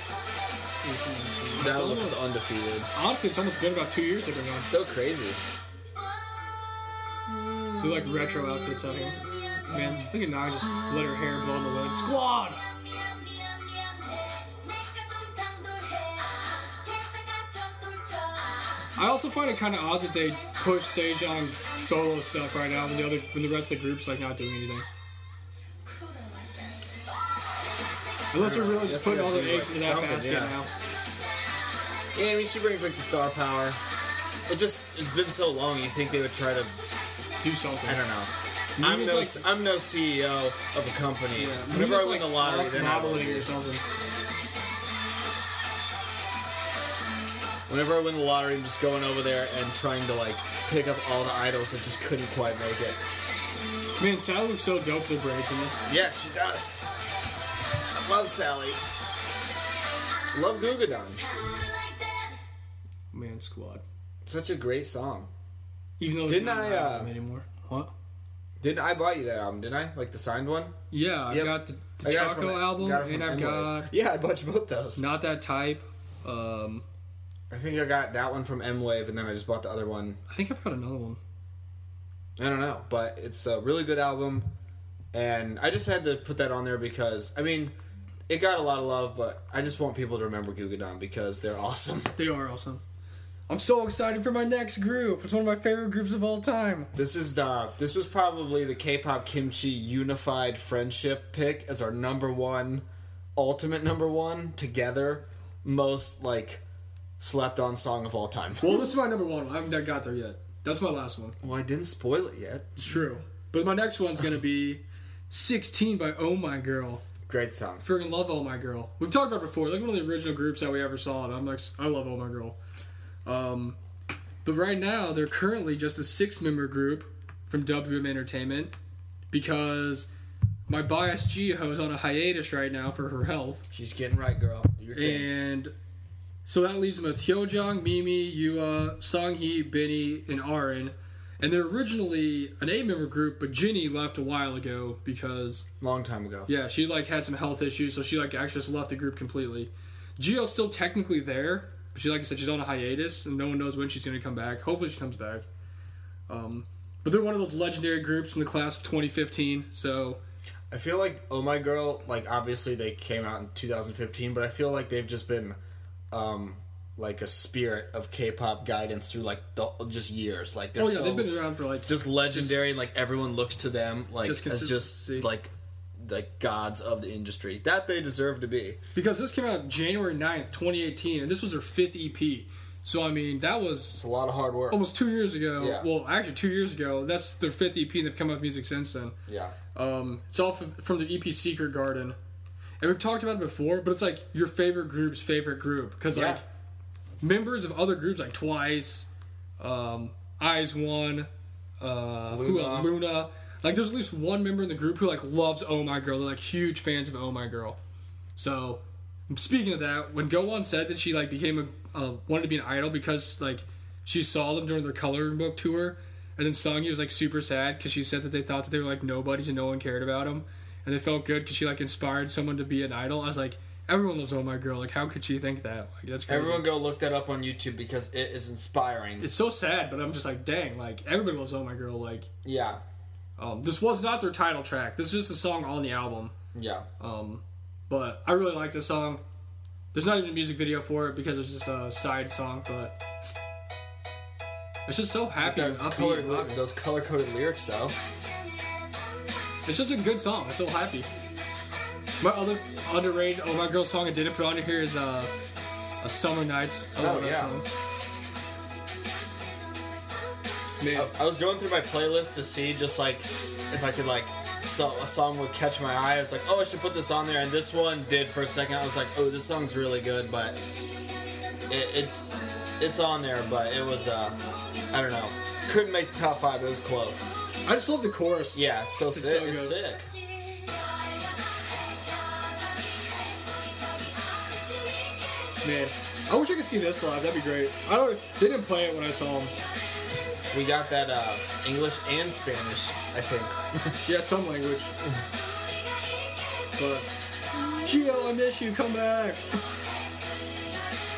S2: it's
S1: That looks
S2: almost-
S1: undefeated.
S2: honestly, it's almost been about two years they've been gone.
S1: So crazy.
S2: They're like retro outfits out here. Man, look at Nia just let her hair blow in the wind. Squad! I also find it kind of odd that they push Sejong's solo stuff right now when the other when the rest of the group's like not doing anything. Unless they're really just
S1: Guess
S2: putting all
S1: they're
S2: their
S1: doing,
S2: eggs
S1: like,
S2: in that
S1: something,
S2: basket
S1: yeah.
S2: now.
S1: Yeah, I mean she brings like the star power. It just it's been so long. You think they would try to
S2: do something.
S1: I don't know. I'm
S2: Movies
S1: no,
S2: like-
S1: I'm no CEO of a company.
S2: Yeah,
S1: Whenever I win
S2: movies like
S1: the lottery,
S2: Off
S1: they're not
S2: Modeling
S1: really-
S2: or something.
S1: Whenever I win the lottery, I'm just going over there and trying to like pick up all the idols that just couldn't quite make it.
S2: Man, Sal looks so dope. The braids in this.
S1: Yeah, she does. I love Sally. Love Gugadon.
S2: Man, Squad.
S1: Such a great song.
S2: Even though it's
S1: Didn't
S2: not
S1: I,
S2: an
S1: uh,
S2: album anymore? What?
S1: Didn't I bought you that album? Didn't I? Like the signed one.
S2: Yeah, I
S1: Yep.
S2: got the, the
S1: I got it
S2: Choco
S1: from-
S2: album,
S1: got it from
S2: and I've
S1: M-Wave.
S2: got
S1: Yeah, I bought you both those.
S2: Not That Type. Um,
S1: I think I got that one from M Wave, and then I just bought the other one.
S2: I think I've got another one.
S1: I don't know, but it's a really good album, and I just had to put that on there because I mean, it got a lot of love, but I just want people to remember Gugadon because they're awesome. <laughs>
S2: They are awesome. I'm so excited for my next group. It's one of my favorite groups of all time.
S1: This is the this was probably the K-pop kimchi unified friendship pick as our number one, ultimate number one together, most like slept on song of all time.
S2: Well, this is my number one. I haven't got there yet. That's my last one.
S1: Well, I didn't spoil it yet.
S2: It's true. But my next one's gonna be 16 by Oh My Girl.
S1: Great song.
S2: Freaking love Oh My Girl. We've talked about it before. Like one of the original groups that we ever saw. And I'm like, I love Oh My Girl. Um, but right now they're currently just a six member group from WM Entertainment because my bias Geo is on a hiatus right now for her health.
S1: She's getting right, girl. Do your thing.
S2: And so that leaves them with Hyojong, Mimi, Yua, Songhee, Benny, and Arin. And they're originally an eight-member group, but Ginny left a while ago because
S1: Long time ago.
S2: yeah, she like had some health issues, so she like actually just left the group completely. Gio's still technically there, but she like I said, she's on a hiatus, and no one knows when she's gonna come back. Hopefully, she comes back. Um, but they're one of those legendary groups from the class of 2015, so
S1: I feel like Oh My Girl, like obviously they came out in 2015, but I feel like they've just been um like a spirit of K-pop guidance through like the just years. Like they're
S2: oh yeah,
S1: so
S2: they've been around for like
S1: just legendary and like everyone looks to them like
S2: Just
S1: as just
S2: consistency.
S1: like like gods of the industry that they deserve to be.
S2: Because this came out January 9th, 2018, and this was their fifth EP. So, I mean, that
S1: It's
S2: was
S1: a lot of hard work.
S2: almost two years ago.
S1: Yeah.
S2: Well, actually, two years ago. That's their fifth EP, and they've come out with music since then.
S1: Yeah.
S2: Um, it's all f- from the EP Secret Garden. And we've talked about it before, but it's like your favorite group's favorite group. Because,
S1: Yeah.
S2: like, members of other groups, like Twice, um, Eyes One, uh, who
S1: Luna.
S2: else? Luna. Like, there's at least one member in the group who, like, loves Oh My Girl. They're, like, huge fans of Oh My Girl. So, speaking of that, when Go On said that she like became a uh, wanted to be an idol because like she saw them during their coloring book tour, and then Songy was like super sad because she said that they thought that they were like nobodies and no one cared about them, and they felt good because she like inspired someone to be an idol. I was like, everyone loves Oh My Girl. Like, how could she think that? Like, that's crazy.
S1: Everyone go look that up on YouTube because it is inspiring.
S2: it's so sad, but I'm just like, dang, like everybody loves Oh My Girl. Like,
S1: yeah.
S2: um, this was not their title track. This is just a song on the album.
S1: Yeah.
S2: Um, but I really like this song. There's not even a music video for it because it's just a side song, but it's just so happy and
S1: Those color,
S2: upbeat. and rock-
S1: those color-coded lyrics though.
S2: It's just a good song. It's so happy. My other underrated Oh My Girl song I didn't put on here is uh, a Summer Nights. I love
S1: Oh,
S2: that
S1: yeah.
S2: song. Man,
S1: I was going through my playlist to see just like if I could like so a song would catch my eye. I was like, oh, I should put this on there, and this one did for a second. I was like, oh, this song's really good, but it, it's it's on there, but it was uh, I don't know, couldn't make the top five. But it was close.
S2: I just love the chorus.
S1: Yeah, it's so sick.
S2: so
S1: it's
S2: good.
S1: sick.
S2: Man, I wish I could see this live. That'd be great. I don't. They didn't play it when I saw them.
S1: We got that uh, English and Spanish, I think.
S2: Yeah, some language. But Gio, I miss you. Come back.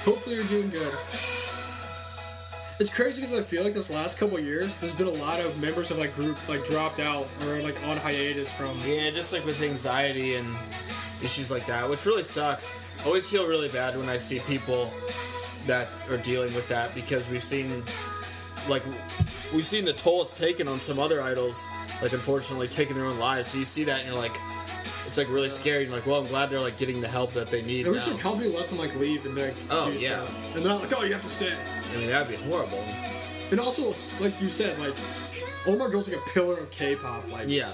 S2: Hopefully you're doing good. It's crazy because I feel like this last couple of years, there's been a lot of members of like group like dropped out or like on hiatus from.
S1: Yeah, just like with anxiety and issues like that, which really sucks. I always feel really bad when I see people that are dealing with that because we've seen, like, we've seen the toll it's taken on some other idols, like, unfortunately, taking their own lives. So you see that and you're like, it's like really scary. You're like, well, I'm glad they're like getting the help that they need.
S2: I wish
S1: Now.
S2: the company lets them like leave and like.
S1: Oh,
S2: do
S1: yeah.
S2: stuff. And they're not like, oh, you have to stay.
S1: I mean, that'd be horrible.
S2: And also, like you said, like Omar Gold's like a pillar of K-pop. Like,
S1: Yeah.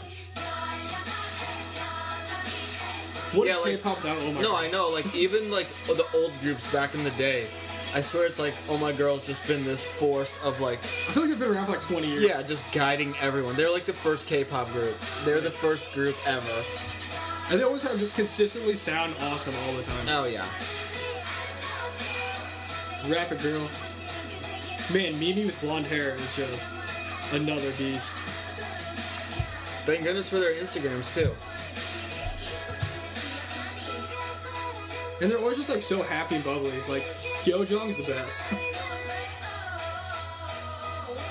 S2: what is
S1: Yeah, like-
S2: K-pop Oh without Omar?
S1: No,
S2: Gold?
S1: I know. Like even like the old groups back in the day, I swear it's like oh my girl's just been this force of like
S2: I feel like they've been around for like 20 years.
S1: yeah, just guiding everyone. They're like the first K-pop group. They're the first group ever.
S2: and they always have just consistently sound awesome all the time.
S1: Oh yeah,
S2: Rapper girl, man, Mimi with blonde hair is just another beast.
S1: thank goodness for their Instagrams too.
S2: And they're always just like so happy and bubbly. Like Yo Jong's the best.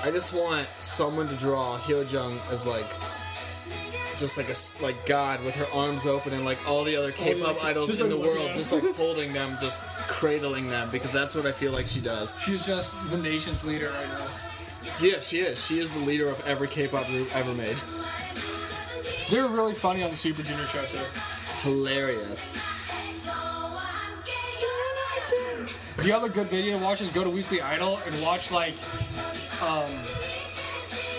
S1: I just want someone to draw Hyojung as like just like a s- like God with her arms open and like all the other K-pop
S2: like,
S1: idols
S2: Oh just
S1: in the
S2: like looking
S1: world
S2: at
S1: just
S2: them.
S1: like holding them, just cradling them because that's what I feel like she does.
S4: She's just the nation's leader right now.
S1: Yeah, she is. She is the leader of every K-pop group ever made.
S4: They were really funny on the Super Junior show too.
S1: Hilarious.
S4: The other good video to watch is go to Weekly Idol and watch like um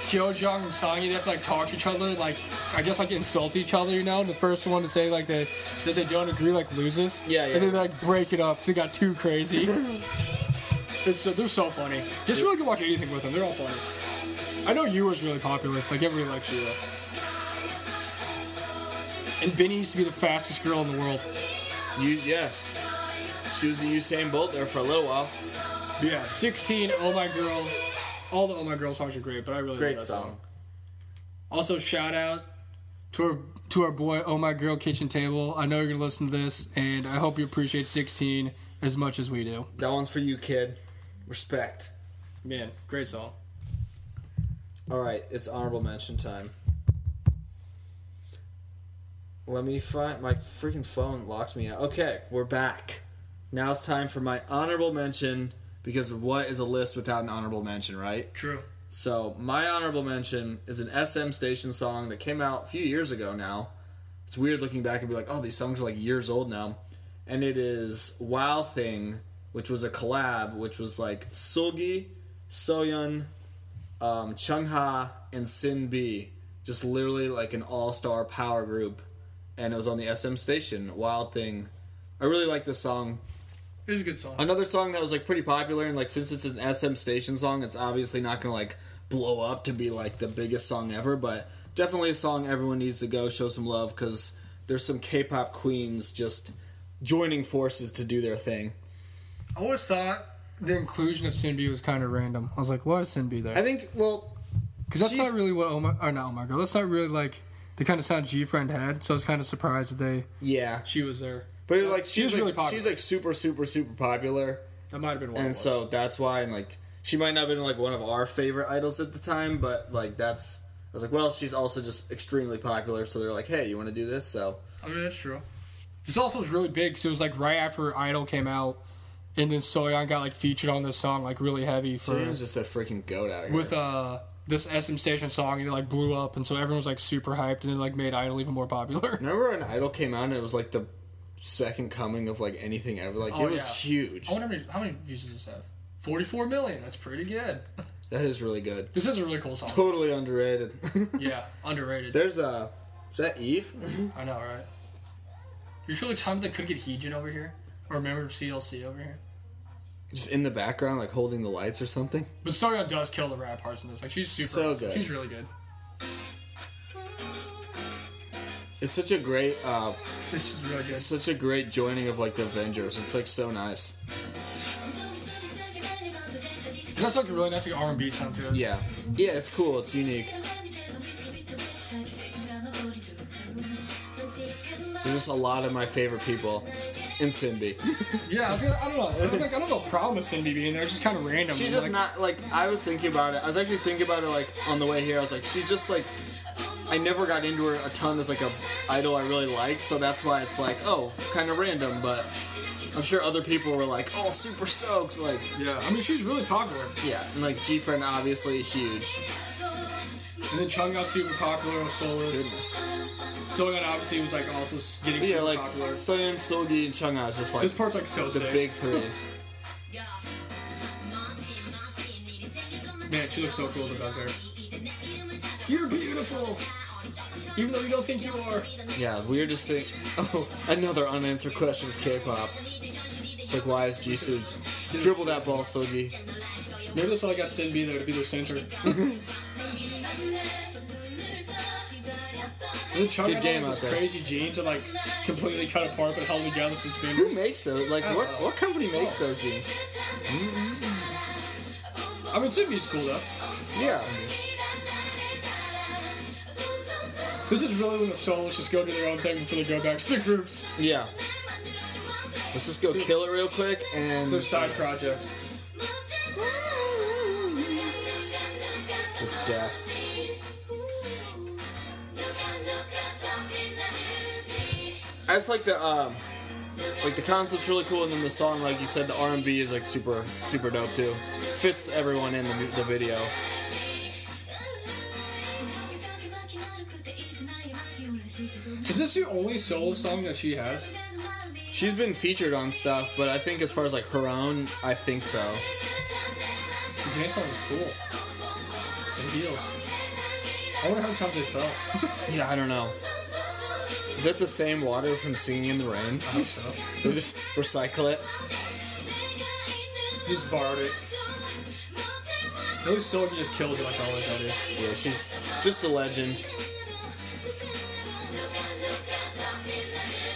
S4: Hyojung and Songy. They have to like talk to each other and like I guess like insult each other, you know. And the first one to say like they that they don't agree like loses.
S1: Yeah, yeah.
S4: And then they like break it up because it got
S1: <laughs>
S4: too crazy. it's so, they're so funny. Just really can watch anything with them. They're all funny. I know you was really popular. Like everybody likes you. And Benny used to be the fastest girl in the world.
S1: You yeah. She was a Usain Bolt there for a little while.
S2: Yeah, 16, Oh My Girl. All the Oh My Girl songs are great, but I really
S1: Great
S2: love that
S1: song.
S2: song. Also, shout out.
S4: to our to our boy oh my girl kitchen table i know you're gonna listen to this and i hope you appreciate 16 as much as we do
S1: That one's for you, kid. Respect.
S2: Man, great song.
S1: All right, it's honorable mention time. Let me find my freaking phone locks me out. Okay, we're back. Now it's time for my honorable mention because what is a list without an honorable mention, right?
S2: True.
S1: So, my honorable mention is an SM station song that came out a few years ago now. It's weird looking back and be like, "Oh, these songs are like years old now." And it is Wow Thing, which was a collab, which was like Sulgi, Soyeon, um, Chung Ha and Sin B, just literally like an all star power group, and it was on the SM station. Wild thing. I really like this song.
S2: It was a good song.
S1: Another song that was like pretty popular, and like since it's an SM station song, it's obviously not gonna like blow up to be like the biggest song ever, but definitely a song everyone needs to go show some love because there's some K-pop queens just joining forces to do their thing.
S2: I always thought
S4: the inclusion of sinbi was kind of random i was like why is sinbi
S1: I
S4: there
S1: think. Well,
S4: because that's
S1: she's-
S4: not really what oh my or not oh my girl that's not really like the kind of sound g-friend had so i was kind of surprised that they
S1: yeah,
S2: she was there.
S1: but it, like
S4: She
S1: she's
S4: was really
S1: like, she's
S4: popular.
S1: like super super super popular.
S2: That might have been one. it
S1: and
S2: was.
S1: so that's why and like she might not have been like one of our favorite idols at the time but like that's i was like well she's also just extremely popular so they're like hey you want to do this so
S2: I mean, that's true.
S4: this also was really big because it was like right after idol came out and then soyeon got like featured on this song like really heavy for
S1: Serena's just a freaking goat out here
S4: with uh this SM station song and it like blew up and so everyone was like super hyped and it like made Idol even more popular. <laughs>
S1: remember when idol came out and it was like the second coming of like anything ever like
S2: Oh,
S1: it was
S2: yeah.
S1: huge
S2: I wonder how many, how many views does this have? 44 million. That's pretty
S4: <laughs>
S2: good.
S1: that is really good
S2: This is a really cool song.
S1: totally underrated
S2: <laughs>
S1: <laughs>
S2: yeah, underrated.
S1: there's a is that eve <laughs>
S2: I know, right? You're sure like Tom that could get Heejin over here? Or a member of CLC over here?
S1: just in the background like holding the lights or something
S2: But Soyeon does kill the rap parts in this. Like, she's super.
S1: So
S2: awesome.
S1: good.
S2: She's really good.
S1: it's such a great uh
S2: This is really good.
S1: it's such a great joining of like the avengers it's like so nice
S4: And that's like a really nice like, R&B sound to it.
S1: yeah yeah it's cool it's unique There's just a lot of my favorite people in Cindy.
S4: Yeah, I, was gonna, I don't know. I, was like, I don't know problem with Cindy being there. It's just kind of random.
S1: She's
S4: And,
S1: just
S4: like,
S1: not like I was thinking about it. I was actually thinking about it like on the way here. I was like, she's just like I never got into her a ton as like a idol I really like, so that's why it's like oh, kind of random. But I'm sure other people were like, oh, super stoked. Like
S4: Yeah, I mean she's really popular.
S1: yeah, and like G friend obviously huge.
S2: And then Chung got super popular with Solus.
S1: Goodness.
S2: Soyeon obviously was like also s- getting
S1: But yeah,
S2: super
S1: like
S2: popular.
S1: Soyeon, Sogi, and Chungha is just like
S2: This part's like so
S1: the
S2: sick.
S1: big three.
S3: Man, she looks so cool in the back there.
S2: You're beautiful, even though you don't think you are.
S1: Yeah, weirdest thing. Oh, another unanswered question of K-pop. It's like, why is Jisoo dribble that ball, Sogi?
S2: Maybe that's why I got Sin B there to be
S1: <laughs>
S2: their center. The Chung
S1: Good
S2: had
S1: game
S2: like,
S1: out
S2: these
S1: there.
S2: Crazy jeans are like completely cut apart but held together
S1: Who
S2: suspenders.
S1: makes those? Like, what what company makes those jeans?
S2: I mean, Sin B's cool though.
S1: Yeah,
S2: This is really when the solos just go do their own thing before they go back to their groups,
S1: yeah. Let's just go kill it real quick and
S2: their side projects.
S1: just death. I just like the um, like the concept's really cool, and then the song, like you said, the R and B is like super super dope too. Fits everyone in the mu- the video.
S2: Is this the only solo song that she has?
S1: She's been featured on stuff, but I think as far as like her own, I think so.
S2: The dance song is cool. It deals. I wonder how many times they fell.
S1: Yeah, I don't know. Is that the same water from Singing in the Rain?
S2: I hope so.
S1: They just recycle it.
S2: <laughs> Just borrowed it. Those soldier just kills it like always I do.
S1: Yeah, she's just a legend.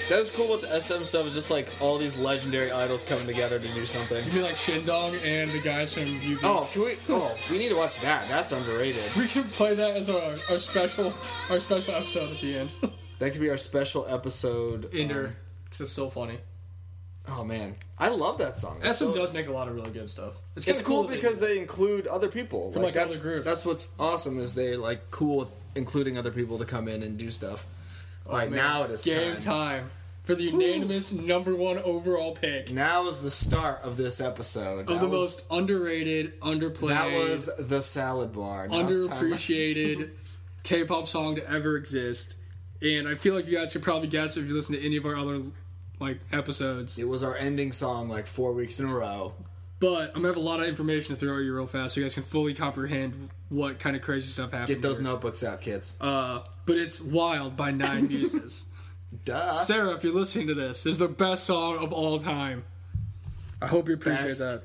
S1: That was cool with the SM stuff. Is just like all these legendary idols coming together to do something.
S2: You mean like Shindong and the guys from UV?
S1: Oh, can we? Oh, we need to watch that. That's underrated.
S2: We can play that as our, our special our special episode at the end.
S1: That could be our special episode.
S2: Ender. Because it's so funny.
S1: Um, oh man, I love that song. It's
S2: SM
S1: so-
S2: does make a lot of really good stuff.
S1: It's
S2: kinda
S1: cool
S2: that
S1: because they include other people. Like,
S2: like, other
S1: that's
S2: groups.
S1: that's what's awesome is they like cool with including other people to come in and do stuff. All right,
S2: Oh, Man,
S1: now it is
S2: game
S1: time.
S2: time. for the unanimous number one overall pick
S1: Now is the start of this episode.
S2: of
S1: That
S2: the
S1: was-
S2: most underrated, underplayed,
S1: That was the salad bar. Now it's time- <laughs>
S2: underappreciated K-pop song to ever exist. And I feel like you guys could probably guess if you listen to any of our other like episodes.
S1: It was our ending song like four weeks in a row.
S2: But I'm gonna have a lot of information to throw at you real fast, so you guys can fully comprehend what kind of crazy stuff happened.
S1: Get those
S2: here.
S1: notebooks out, kids.
S2: Uh, but it's "Wild" by
S1: <laughs>
S2: Nine Muses.
S1: Duh.
S2: Sarah, if you're listening to this, this is the best song of all time. I hope you appreciate
S1: Best.
S2: that.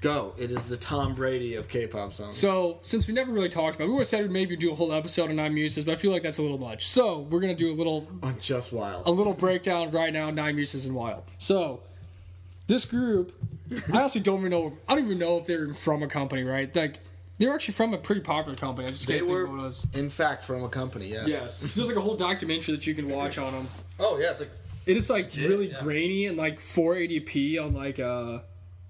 S1: Go. It is the Tom Brady of K-pop songs.
S2: So, since we never really talked about, it, we would have said we'd maybe do a whole episode on Nine Muses, but I feel like that's a little much. So, we're gonna do a little
S1: I'm just
S2: a
S1: wild.
S2: little breakdown right now. Nine Muses and Wild. So this group, I honestly don't even know. I don't even know if they're even from a company, right? Like they're actually from a pretty popular company. I just
S1: They
S2: can't
S1: were,
S2: think of what it was.
S1: in fact, from a company. Yes.
S2: Yes, 'cause there's like a whole documentary that you can watch on them.
S1: Oh yeah, it's like
S2: It is like really
S1: yeah.
S2: grainy and like 480p on like uh,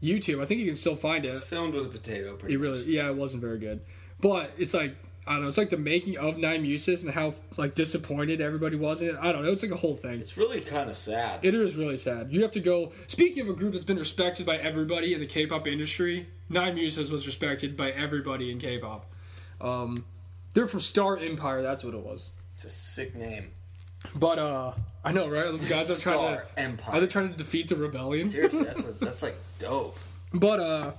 S2: YouTube. I think you can still find it.
S1: filmed with a potato. Pretty
S2: It really, yeah, it wasn't very good. But it's like I don't know. It's like the making of Nine Muses and how like disappointed everybody was in it. I don't know. It's like a whole thing.
S1: It's really kind of sad.
S2: It is really sad. You have to go. Speaking of a group that's been respected by everybody in the K-pop industry, Nine Muses was respected by everybody in K-pop. Um, they're from Star Empire. That's what it was.
S1: It's a sick name.
S2: But uh, I know, right? Those guys are trying
S1: Star
S2: to
S1: Empire.
S2: are they trying to defeat the rebellion?
S1: Seriously, that's a, that's like dope.
S2: But uh,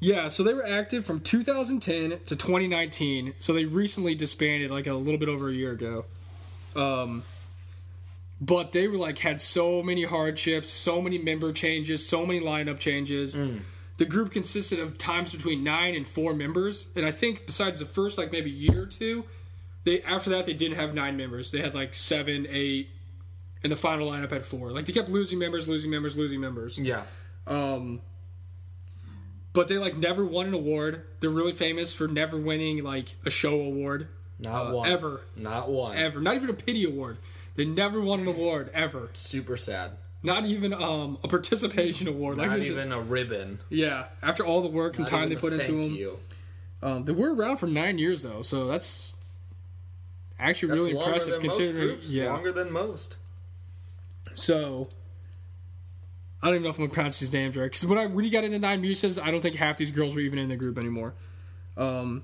S2: yeah. So they were active from 2010 to 2019. So they recently disbanded, like a little bit over a year ago. Um, but they were like had so many hardships, so many member changes, so many lineup changes. The group consisted of times between nine and four members, and I think besides the first like maybe year or two, they after that they didn't have nine members. They had like seven, eight, and the final lineup had four. Like they kept losing members, losing members, losing members.
S1: Yeah.
S2: Um, but they like never won an award. They're really famous for never winning like a show award
S1: Not
S2: Uh,
S1: one.
S2: ever.
S1: Not one.
S2: ever. Not even a pity award. They never won an award ever.
S1: Super sad.
S2: Not even um, a participation award. Like
S1: Not
S2: it was
S1: even
S2: just,
S1: a ribbon.
S2: yeah. After all the work and
S1: Not
S2: time they
S1: even
S2: put
S1: a
S2: into
S1: thank
S2: them,
S1: you.
S2: um, they were around for nine years though. So that's actually
S1: That's
S2: really
S1: longer
S2: impressive
S1: than most
S2: considering.
S1: groups,
S2: Yeah.
S1: Longer than most.
S2: So I don't even know if I'm gonna pronounce these names right because when I when you got into Nine Muses, I don't think half these girls were even in the group anymore. Um,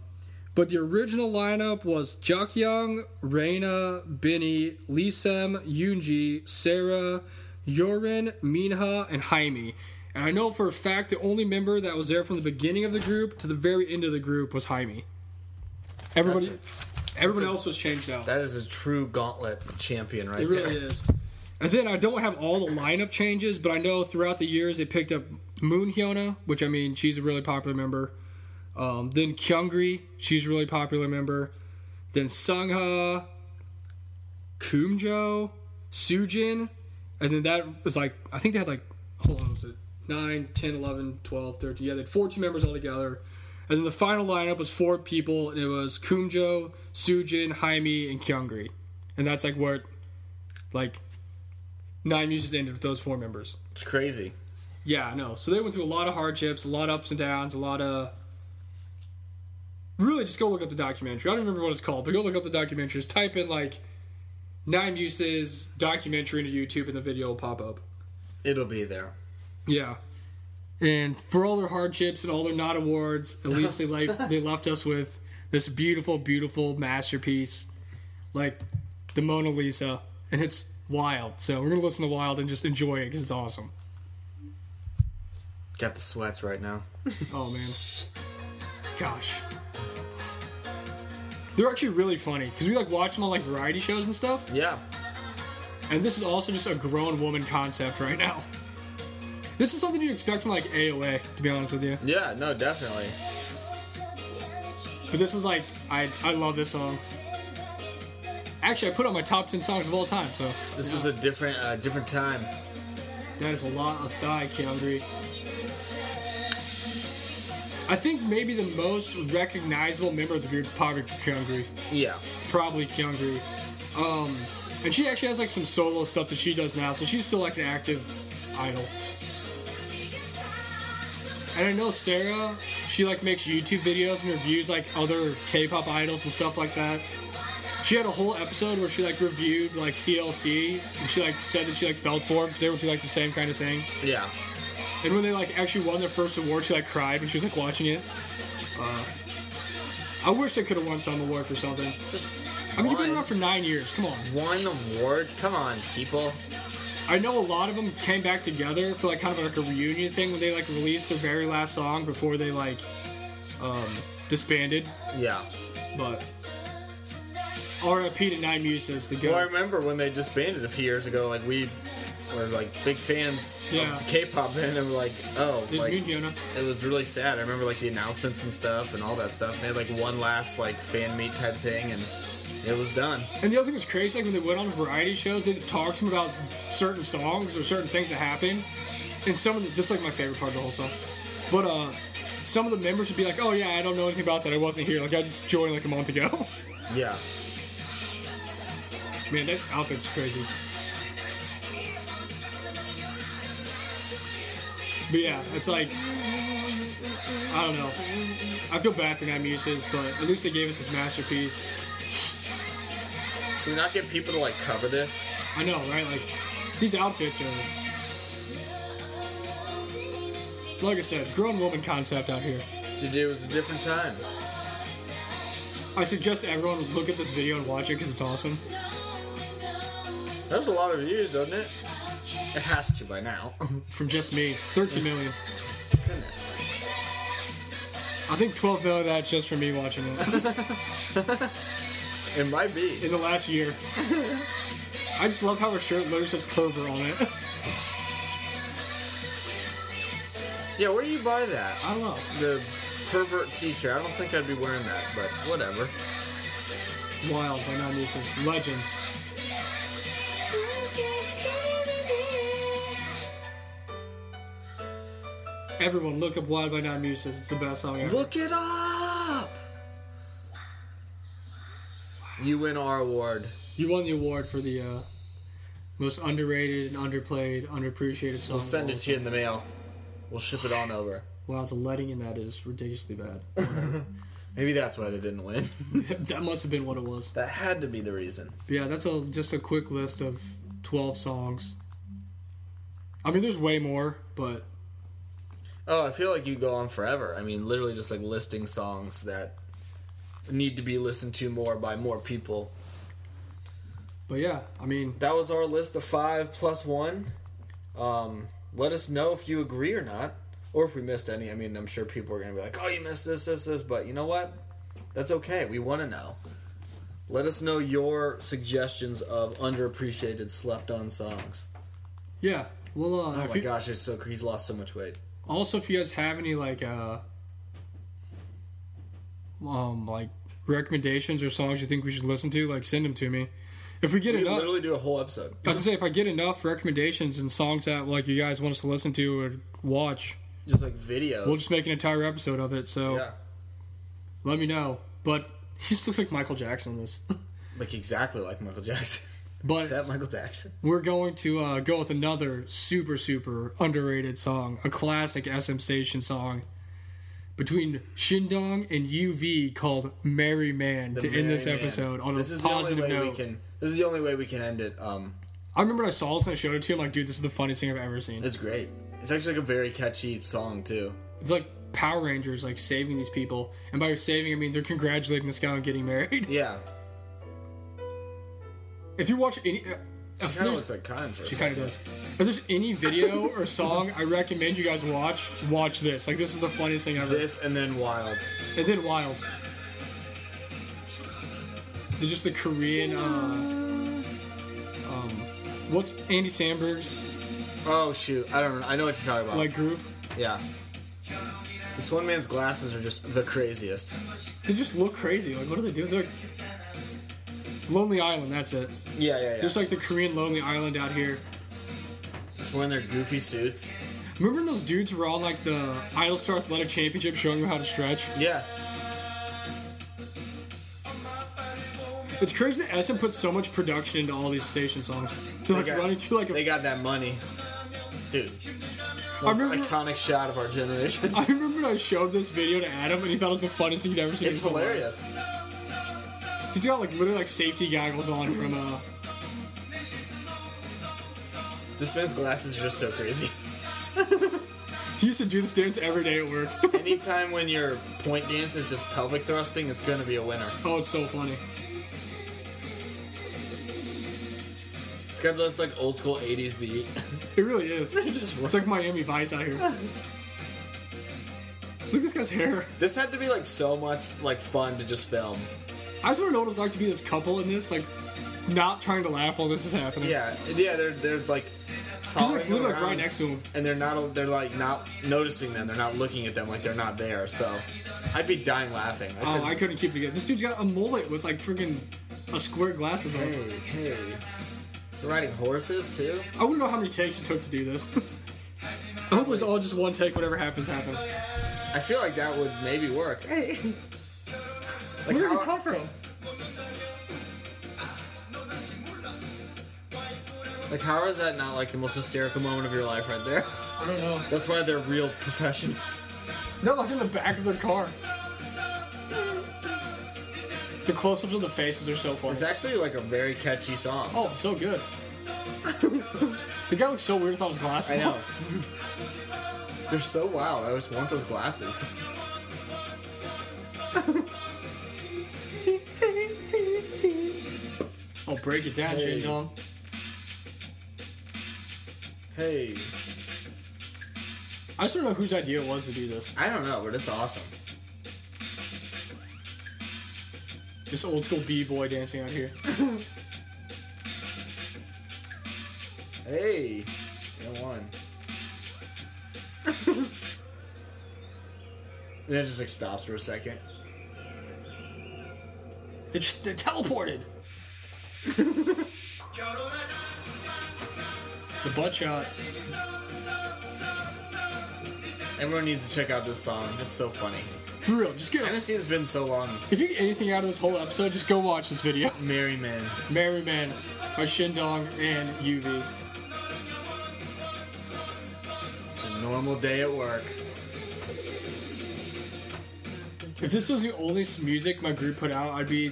S2: but the original lineup was Jokyoung, Reina, Binny, Lisem, Yoonji, Sarah, Yorin, Minha, and Jaime. And I know for a fact the only member that was there from the beginning of the group to the very end of the group was Jaime. Everybody, Everyone else was changed out.
S1: That is a true gauntlet champion right
S2: It really
S1: there.
S2: is. And then I don't have all the lineup changes, but I know throughout the years they picked up Moon Hyuna, which I mean she's a really popular member. Um, then Kyungri, she's a really popular member. Then Sungha, Kumjo, Sujin, and then that was like I think they had like hold on, was it 9, 10, 11, 12, 13, yeah, they had 14 members altogether. And then the final lineup was four people, and it was Kumjo, Sujin, Jaime, and Kyungri. And that's like what like nine music's ended with those four members.
S1: It's crazy.
S2: Yeah, I know. So they went through a lot of hardships, a lot of ups and downs, a lot of. Really, just go look up the documentary. I don't remember what it's called, but go look up the documentary. Just type in like nine uses documentary into YouTube, and the video will pop up.
S1: It'll be there.
S2: Yeah. And for all their hardships and all their not awards, at least they left, they left us with this beautiful, beautiful masterpiece, like the Mona Lisa, and it's wild. So we're gonna listen to Wild and just enjoy it because it's awesome.
S1: Got the sweats right now.
S2: Oh man, gosh, they're actually really funny because we like watch them on like variety shows and stuff.
S1: Yeah.
S2: And this is also just a grown woman concept right now. This is something you'd expect from like AOA, to be honest with you.
S1: Yeah, no, definitely.
S2: But this is like I I love this song. Actually, I put it on my top ten songs of all time, so
S1: This was a different uh, different time.
S2: that is a lot of thigh, Calgary. I think maybe the most recognizable member of the group is probably Calgary.
S1: Yeah.
S2: Probably Kyungri. Um, and she actually has like some solo stuff that she does now, so she's still like an active idol. And I know Sarah, she like makes YouTube videos and reviews like other K-pop idols and stuff like that. She had a whole episode where she like reviewed like CLC and she like said that she like felt for because they were doing like the same kind of thing.
S1: Yeah.
S2: And when they like actually won their first award, she like cried when she was like watching it. Uh, I wish they could have won some award for something. I mean, you've been
S1: Why?
S2: around for nine years. Come on.
S1: One award? Come on, people.
S2: I know a lot of them came back together for like kind of like a reunion thing when they like released their very last song before they like um, disbanded.
S1: Yeah.
S2: But R.I.P. to Nine Muses, the
S1: Well, I
S2: goats.
S1: remember when they disbanded a few years ago. Like we were like big fans
S2: Yeah.
S1: of the K-pop band, and we're like, oh,
S2: There's
S1: like
S2: Moon Hyuna.
S1: it was really sad. I remember like the announcements and stuff and all that stuff. And they had like one last like fan meet type thing, and it was done.
S2: And the other thing that's crazy, like when they went on variety shows, they talked to them about certain songs or certain things that happened. And some of the, this is like my favorite part of the whole song. But uh, some of the members would be like, "Oh yeah, I don't know anything about that. I wasn't here. Like I just joined like a month ago." <laughs>
S1: Yeah.
S2: Man, that outfit's crazy. But yeah, it's like I don't know. I feel bad for Nine Muses, but at least they gave us this masterpiece.
S1: Can we not get people to like cover this?
S2: I know, right? Like these outfits are like I said, grown woman concept out here.
S1: So it was a different time.
S2: I suggest everyone look at this video and watch it because it's awesome.
S1: That was a lot of views, doesn't it? It has to by now. <laughs>
S2: From just me, 13 million.
S1: Goodness.
S2: I think 12 million of that's just for me watching it
S1: It might be.
S2: in the last year. I just love how her shirt literally says pervert on it.
S1: Yeah, where do you buy that?
S2: I don't know.
S1: The pervert t-shirt. I don't think I'd be wearing that, but whatever.
S2: Wild by non Muses. Legends. Everyone, look up Wild by Non Muses. It's the best song ever.
S1: Look it up. You win our award.
S2: You won the award for the uh, most underrated and underplayed, underappreciated song.
S1: We'll
S2: of
S1: send
S2: all
S1: it to
S2: time.
S1: you in the mail. We'll ship it on over.
S2: Wow, the letting in that is ridiculously bad. <laughs>
S1: Maybe that's why they didn't win. <laughs>
S2: that must have been what it was.
S1: That had to be the reason.
S2: But yeah, that's a, just a quick list of 12 songs. I mean, there's way more, but
S1: Oh, I feel like you go on forever. I mean, literally just like listing songs that need to be listened to more by more people.
S2: but yeah, I mean,
S1: That was our list of five plus one. Um, let us know if you agree or not, or if we missed any. I mean, I'm sure people are gonna be like, "Oh, you missed this, this, this," but you know what? That's okay. We want to know. Let us know your suggestions of underappreciated, slept on songs.
S2: Yeah. Well, uh,
S1: Oh
S2: if
S1: my
S2: you-
S1: gosh, it's so cr- he's lost so much weight.
S2: also if you guys have any like uh um like recommendations or songs you think we should listen to, like send them to me. If Uh, we get
S1: We could
S2: enough,
S1: literally do a whole episode.
S2: I was gonna say if I get enough recommendations and songs that like you guys want us to listen to or watch,
S1: Just like videos.
S2: we'll just make an entire episode of it. So
S1: yeah.
S2: let me know. But <laughs> he just looks like Michael Jackson in this. <laughs>
S1: Like exactly like Michael Jackson. <laughs>
S2: But
S1: Is that Michael Jackson?
S2: we're going to uh, go with another super super underrated song, a classic SM Station song between Shindong and UV called "Merry Man" to end this
S1: Merry Man.
S2: episode on
S1: This
S2: a
S1: is the only
S2: positive
S1: way
S2: note.
S1: We can, this is the only way we can end it. Um,
S2: I remember I saw this and I showed it to him. Like, dude, this is the funniest thing I've ever seen.
S1: it's great. It's actually like a very catchy song too.
S2: It's like Power Rangers, like saving these people, and by saving I mean they're congratulating this guy on getting married. <laughs>
S1: Yeah.
S2: If you watch any, uh,
S1: She
S2: if
S1: kind of
S2: there's-
S1: looks like Khan for a
S2: She kind of does. If there's any video or song I recommend you guys watch, watch this. Like, this is the funniest thing ever.
S1: This and then Wild.
S2: And then Wild. They're just the Korean. Uh, um, what's Andy Samberg's
S1: Oh shoot, I don't know. I know what you're talking about.
S2: like group?
S1: yeah. This one man's glasses are just the craziest.
S2: They just look crazy. Like, what do they do? They're Lonely Island. That's it.
S1: Yeah, yeah, yeah.
S2: There's like the Korean Lonely Island out here.
S1: just wearing their goofy suits.
S2: Remember when those dudes were on like the Idol Star Athletic Championship, showing them how to stretch?
S1: Yeah.
S2: It's crazy that Essen puts so much production into all these station songs. They're like
S1: got-
S2: running through like a
S1: They got that money, dude.
S2: I
S1: Most
S2: remember,
S1: iconic shot of our
S2: <laughs>
S1: generation.
S2: I remember when I showed this video to Adam and he thought it was the funniest thing he'd ever seen.
S1: It's
S2: in his life.
S1: hilarious.
S2: He's got like literally like safety goggles on from uh
S1: This man's glasses are just so crazy. <laughs>
S2: he used to do this dance every day at work. <laughs>
S1: Anytime when your point dance is just pelvic thrusting, it's gonna be a winner.
S2: oh it's so funny.
S1: It's got this like old school '80s beat. <laughs>
S2: It really is.
S1: It just
S2: It's like Miami Vice out here. Look at this guy's hair.
S1: This had to be like so much like fun to just film.
S2: I just want to know what it's like to be this couple in this, like not trying to laugh while this is happening.
S1: Yeah, yeah, they're they're like
S2: He's
S1: following
S2: like literally
S1: them
S2: like right
S1: around,
S2: next to him.
S1: and they're not they're like not noticing them. They're not looking at them like they're not there. So I'd be dying laughing. I
S2: Oh,
S1: couldn't-
S2: I couldn't keep it together. This dude's got a mullet with like freaking a square glasses on.
S1: hey, hey, they're riding horses too.
S2: I wouldn't know how many takes it took to do this. I hope it was all just one take. Whatever happens, happens.
S1: I feel like that would maybe work. Hey, like
S2: Where did it
S1: how-
S2: come from?
S1: like how is that not like the most hysterical moment of your life right there?
S2: I don't know.
S1: That's why they're real <laughs> professionals.
S2: They're like in the back of their car. The close-ups of the faces are so funny.
S1: It's actually like a very catchy song.
S2: oh, so good. <laughs> the guy looks so weird without his glasses.
S1: I know.
S2: on.
S1: <laughs> They're so wild. I just want those glasses.
S2: I'll Oh, break it down,
S1: Hey.
S2: Shane Dong.
S1: Hey,
S2: I just don't know whose idea it was to do this.
S1: I don't know, but it's awesome.
S2: Just old school b-boy dancing out here.
S1: Hey, and one. <laughs> and then it just like stops for a second.
S2: They just, they're teleported. <laughs> the butt shot.
S1: Everyone needs to check out this song. It's so funny.
S2: For real, just
S1: I
S2: go.
S1: haven't seen it's been so long.
S2: If you get anything out of this whole episode, just go watch this video. <laughs>
S1: Merry man.
S2: Merry Man by Shindong and UV.
S1: It's a normal day at work.
S2: If this was the only music my group put out, I'd be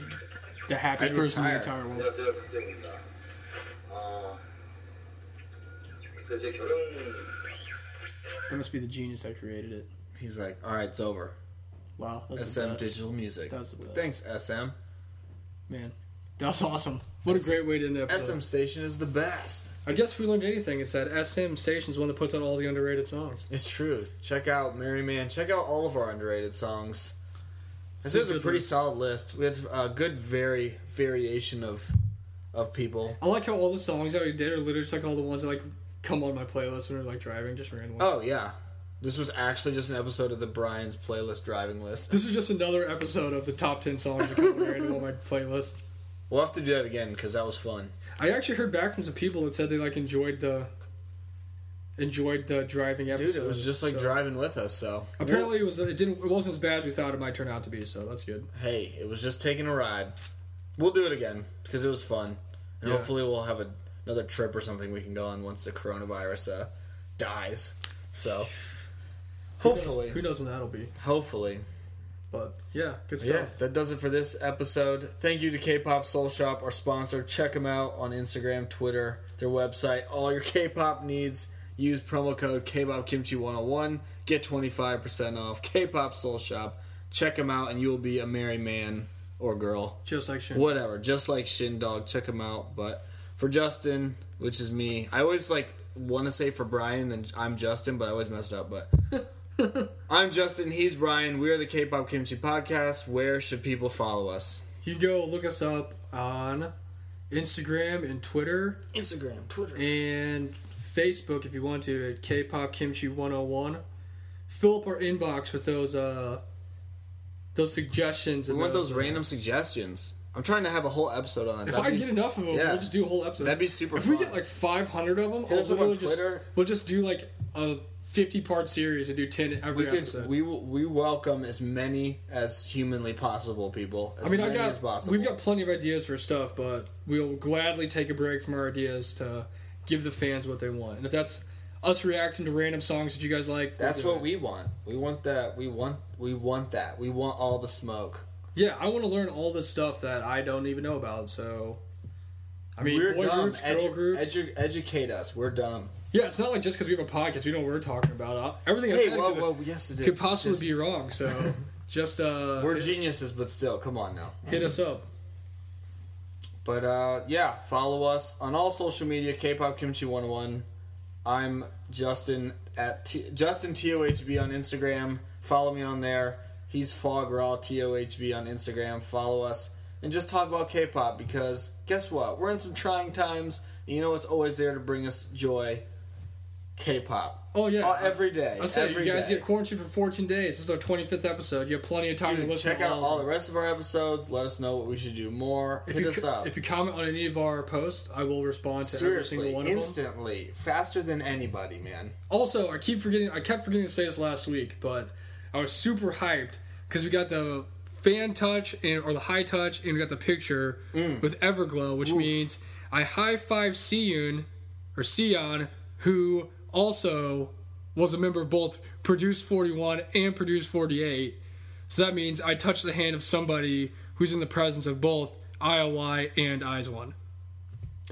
S2: the happiest
S1: I'd
S2: person in the
S1: retire.
S2: entire world.
S5: 안녕하세요 김정입니다. 어, 그래서 제 결혼
S2: That must be the genius that created it.
S1: He's like, all right, it's over.
S2: Wow, that's the
S1: SM
S2: best.
S1: Digital Music.
S2: That's the best.
S1: Thanks, SM.
S2: Man, that's awesome. What a great way to end the episode.
S1: SM Station is the best.
S2: I guess if we learned anything, it's that SM Station's one that puts out all the underrated songs.
S1: It's true. Check out Merry Man. Check out all of our underrated songs. This is a pretty solid list. We had a good very variation of of people.
S2: I like how all the songs that we did are literally just like all the ones that like come on my playlist when we're like driving, just random.
S1: Oh yeah, this was actually just an episode of the Brian's playlist driving list.
S2: This is just another episode of the top ten songs that come random on my playlist.
S1: We'll have to do that again because that was fun.
S2: I actually heard back from some people that said they like enjoyed the enjoyed the driving episode.
S1: Dude, it was just like
S2: so-
S1: driving with us. So
S2: Apparently, it was it didn't it wasn't as bad as we thought it might turn out to be. So that's good.
S1: hey, it was just taking a ride. We'll do it again because it was fun, and
S2: Yeah.
S1: hopefully we'll have a, another trip or something we can go on once the coronavirus uh, dies. So hopefully,
S2: Who knows when that'll be?
S1: hopefully.
S2: But yeah, good stuff.
S1: Yeah, that does it for this episode. Thank you to K-Pop Soul Shop, our sponsor. Check them out on Instagram, Twitter, their website, all your K-pop needs. Use promo code K-pop Kimchi 101 get 25% off K-Pop Soul Shop. Check them out and you will be a merry man or girl.
S2: Just like Shin.
S1: Whatever, just like Shin Dog, check them out, but for Justin, which is me, I always like want to say for Brian then I'm Justin, but I always mess up, but <laughs> I'm Justin. He's Brian. We are the K-pop Kimchi Podcast. Where should people follow us?
S2: You go look us up on Instagram and Twitter
S1: Instagram, Twitter.
S2: and Facebook if you want to at K-pop Kimchi 101. Fill up our inbox with those uh those suggestions.
S1: We
S2: and
S1: want those random suggestions. I'm trying to have a whole episode on it.
S2: If
S1: That'd
S2: I
S1: be-
S2: get enough of them,
S1: yeah.
S2: we'll just do a whole episode.
S1: That'd be super
S2: If we
S1: fun.
S2: get like 500 of them, I'll
S1: Hit us up on
S2: literally just
S1: Twitter.
S2: we'll just do like a 50 part series and do 10
S1: we
S2: every
S1: could
S2: episode.
S1: we will- we welcome as many as humanly possible people. As
S2: I mean, I
S1: many
S2: got
S1: as possible.
S2: we've got plenty of ideas for stuff, but we'll gladly take a break from our ideas to give the fans what they want. And if that's us reacting to random songs that you guys like, we'll
S1: That's
S2: do
S1: what
S2: it.
S1: we want. We want that. We want we want that. We want all the smoke.
S2: Yeah, I want to learn all this stuff that I don't even know about. So, I mean,
S1: We're
S2: boy
S1: dumb.
S2: groups, girl
S1: Edu-
S2: groups.
S1: edu- educate us. We're dumb.
S2: yeah, it's not like just because we have a podcast, we know what we're talking about. Uh, Everything I
S1: Hey,
S2: said
S1: whoa,
S2: could,
S1: whoa, yes, it is.
S2: could possibly be wrong. <laughs> So, just uh,
S1: We're
S2: hit,
S1: geniuses, but still, come on now.
S2: hit us up.
S1: But uh, yeah, follow us on all social media. K-pop Kimchi 101. I'm Justin at T- Justin Tohb on Instagram. Follow me on there. He's Fog Raw Tohb on Instagram. Follow us and just talk about K-pop because guess what? We're in some trying times. And you know what's always there to bring us joy? K-pop.
S2: Oh yeah,
S1: Uh, every day.
S2: I said
S1: every
S2: you guys
S1: day.
S2: get quarantined for 14 days. This is our 25th episode. You have plenty of time to
S1: Dude,
S2: listen.
S1: check
S2: to
S1: out all
S2: of
S1: the
S2: them.
S1: rest of our episodes. Let us know what we should do more.
S2: If
S1: Hit
S2: you,
S1: us
S2: co-
S1: up.
S2: if you comment on any of our posts, I will respond to every
S1: Seriously,
S2: single one of them.
S1: instantly, faster than anybody, man.
S2: Also, I keep forgetting. I kept forgetting to say this last week, but I was super hyped because we got the fan touch and or the high touch, and we got the picture
S1: Mm.
S2: with Everglow, which means I high five Siyun or Sion, who also was a member of both Produce 41 and Produce 48. So that means I touched the hand of somebody who's in the presence of both IOI and Eyes One.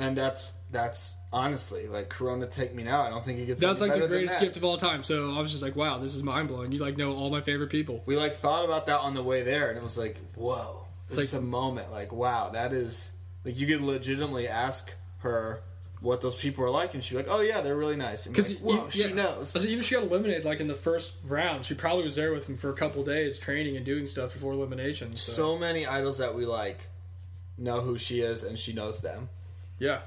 S1: And that's that's honestly like Corona take me now. I don't think it gets
S2: That's
S1: any
S2: like the
S1: better than
S2: greatest
S1: that.
S2: gift of all time. So I was just like, wow, this is mind blowing. You like know all my favorite people.
S1: we like thought about that on the way there, and it was like, whoa, it's
S2: like-
S1: a moment. Like, wow, that is like you could legitimately ask her what those people are like, and she'd be like, oh yeah, they're really nice. And be
S2: Because
S1: like, whoa, she knows.
S2: I said, even if she got eliminated like in the first round, she probably was there with him for a couple days training and doing stuff before elimination. So,
S1: So many idols that we like know who she is, and she knows them.
S2: yeah,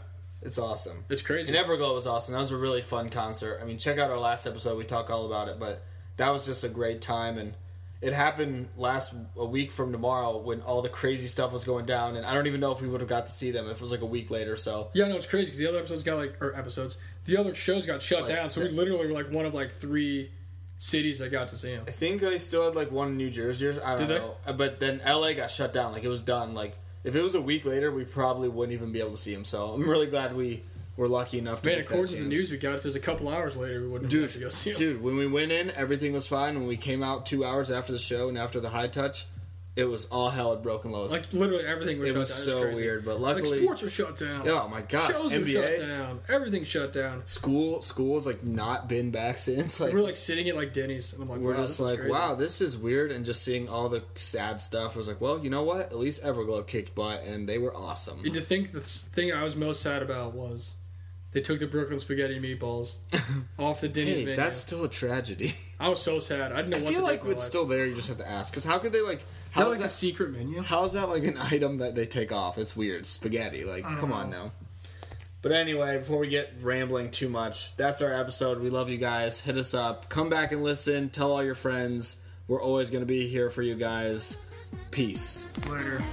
S1: It's awesome.
S2: it's crazy.
S1: And Everglow was awesome. That was a really fun concert. I mean, check out our last episode. We talk all about it, but that was just a great time. And it happened last a week from tomorrow when all the crazy stuff was going down. And I don't even know if we would have got to see them if it was like a week later. So
S2: yeah, no, it's crazy because the other episodes got like or episodes, the other shows got shut down. So we literally were like one of like three cities that got to see him.
S1: I think they still had like one in New Jersey. Or, I don't
S2: Did they?
S1: know. Uh, But then LA got shut down. Like it was done. Like if it was a week later, we probably wouldn't even be able to see them. So I'm really glad we were lucky enough to
S2: Man,
S1: get that
S2: according to the
S1: chance.
S2: news we got, if it was a couple hours later, we wouldn't have got to go
S1: Dude,
S2: see him.
S1: dude, when we went in, everything was fine. When we came out two hours after the show and after the high touch, it was all hell had broken loose.
S2: Like literally everything was
S1: it
S2: shut
S1: was
S2: down. It's
S1: so
S2: crazy.
S1: weird, but
S2: Like
S1: luckily,
S2: sports were shut down.
S1: oh my gosh,
S2: Shows were
S1: NBA
S2: shut down. Everything shut down.
S1: school school's like not been back <laughs> since. Like
S2: We were like sitting at like Denny's, and I'm like,
S1: we're
S2: wow,
S1: just
S2: this is
S1: like,
S2: crazy.
S1: wow, this is weird, and just seeing all the sad stuff I was like, well, you know what? At least Everglow kicked butt, and they were awesome.
S2: And to think the s- thing I was most sad about was They took the Brooklyn spaghetti and
S1: <laughs>
S2: meatballs off the Denny's
S1: Hey,
S2: menu.
S1: that's still a tragedy.
S2: I was so sad. I didn't know
S1: <laughs> I
S2: what to
S1: feel
S2: do
S1: like
S2: with my
S1: it's
S2: life.
S1: still there. You just have to ask. Because how could they like?
S2: Is that
S1: How
S2: like
S1: is
S2: a
S1: that?
S2: secret menu?
S1: how is that like an <laughs> item that they take off? It's weird. Spaghetti. Like, come on now. But anyway, before we get rambling too much, that's our episode. We love you guys. Hit us up. Come back and listen. Tell all your friends. We're always going to be here for you guys. Peace.
S2: Later.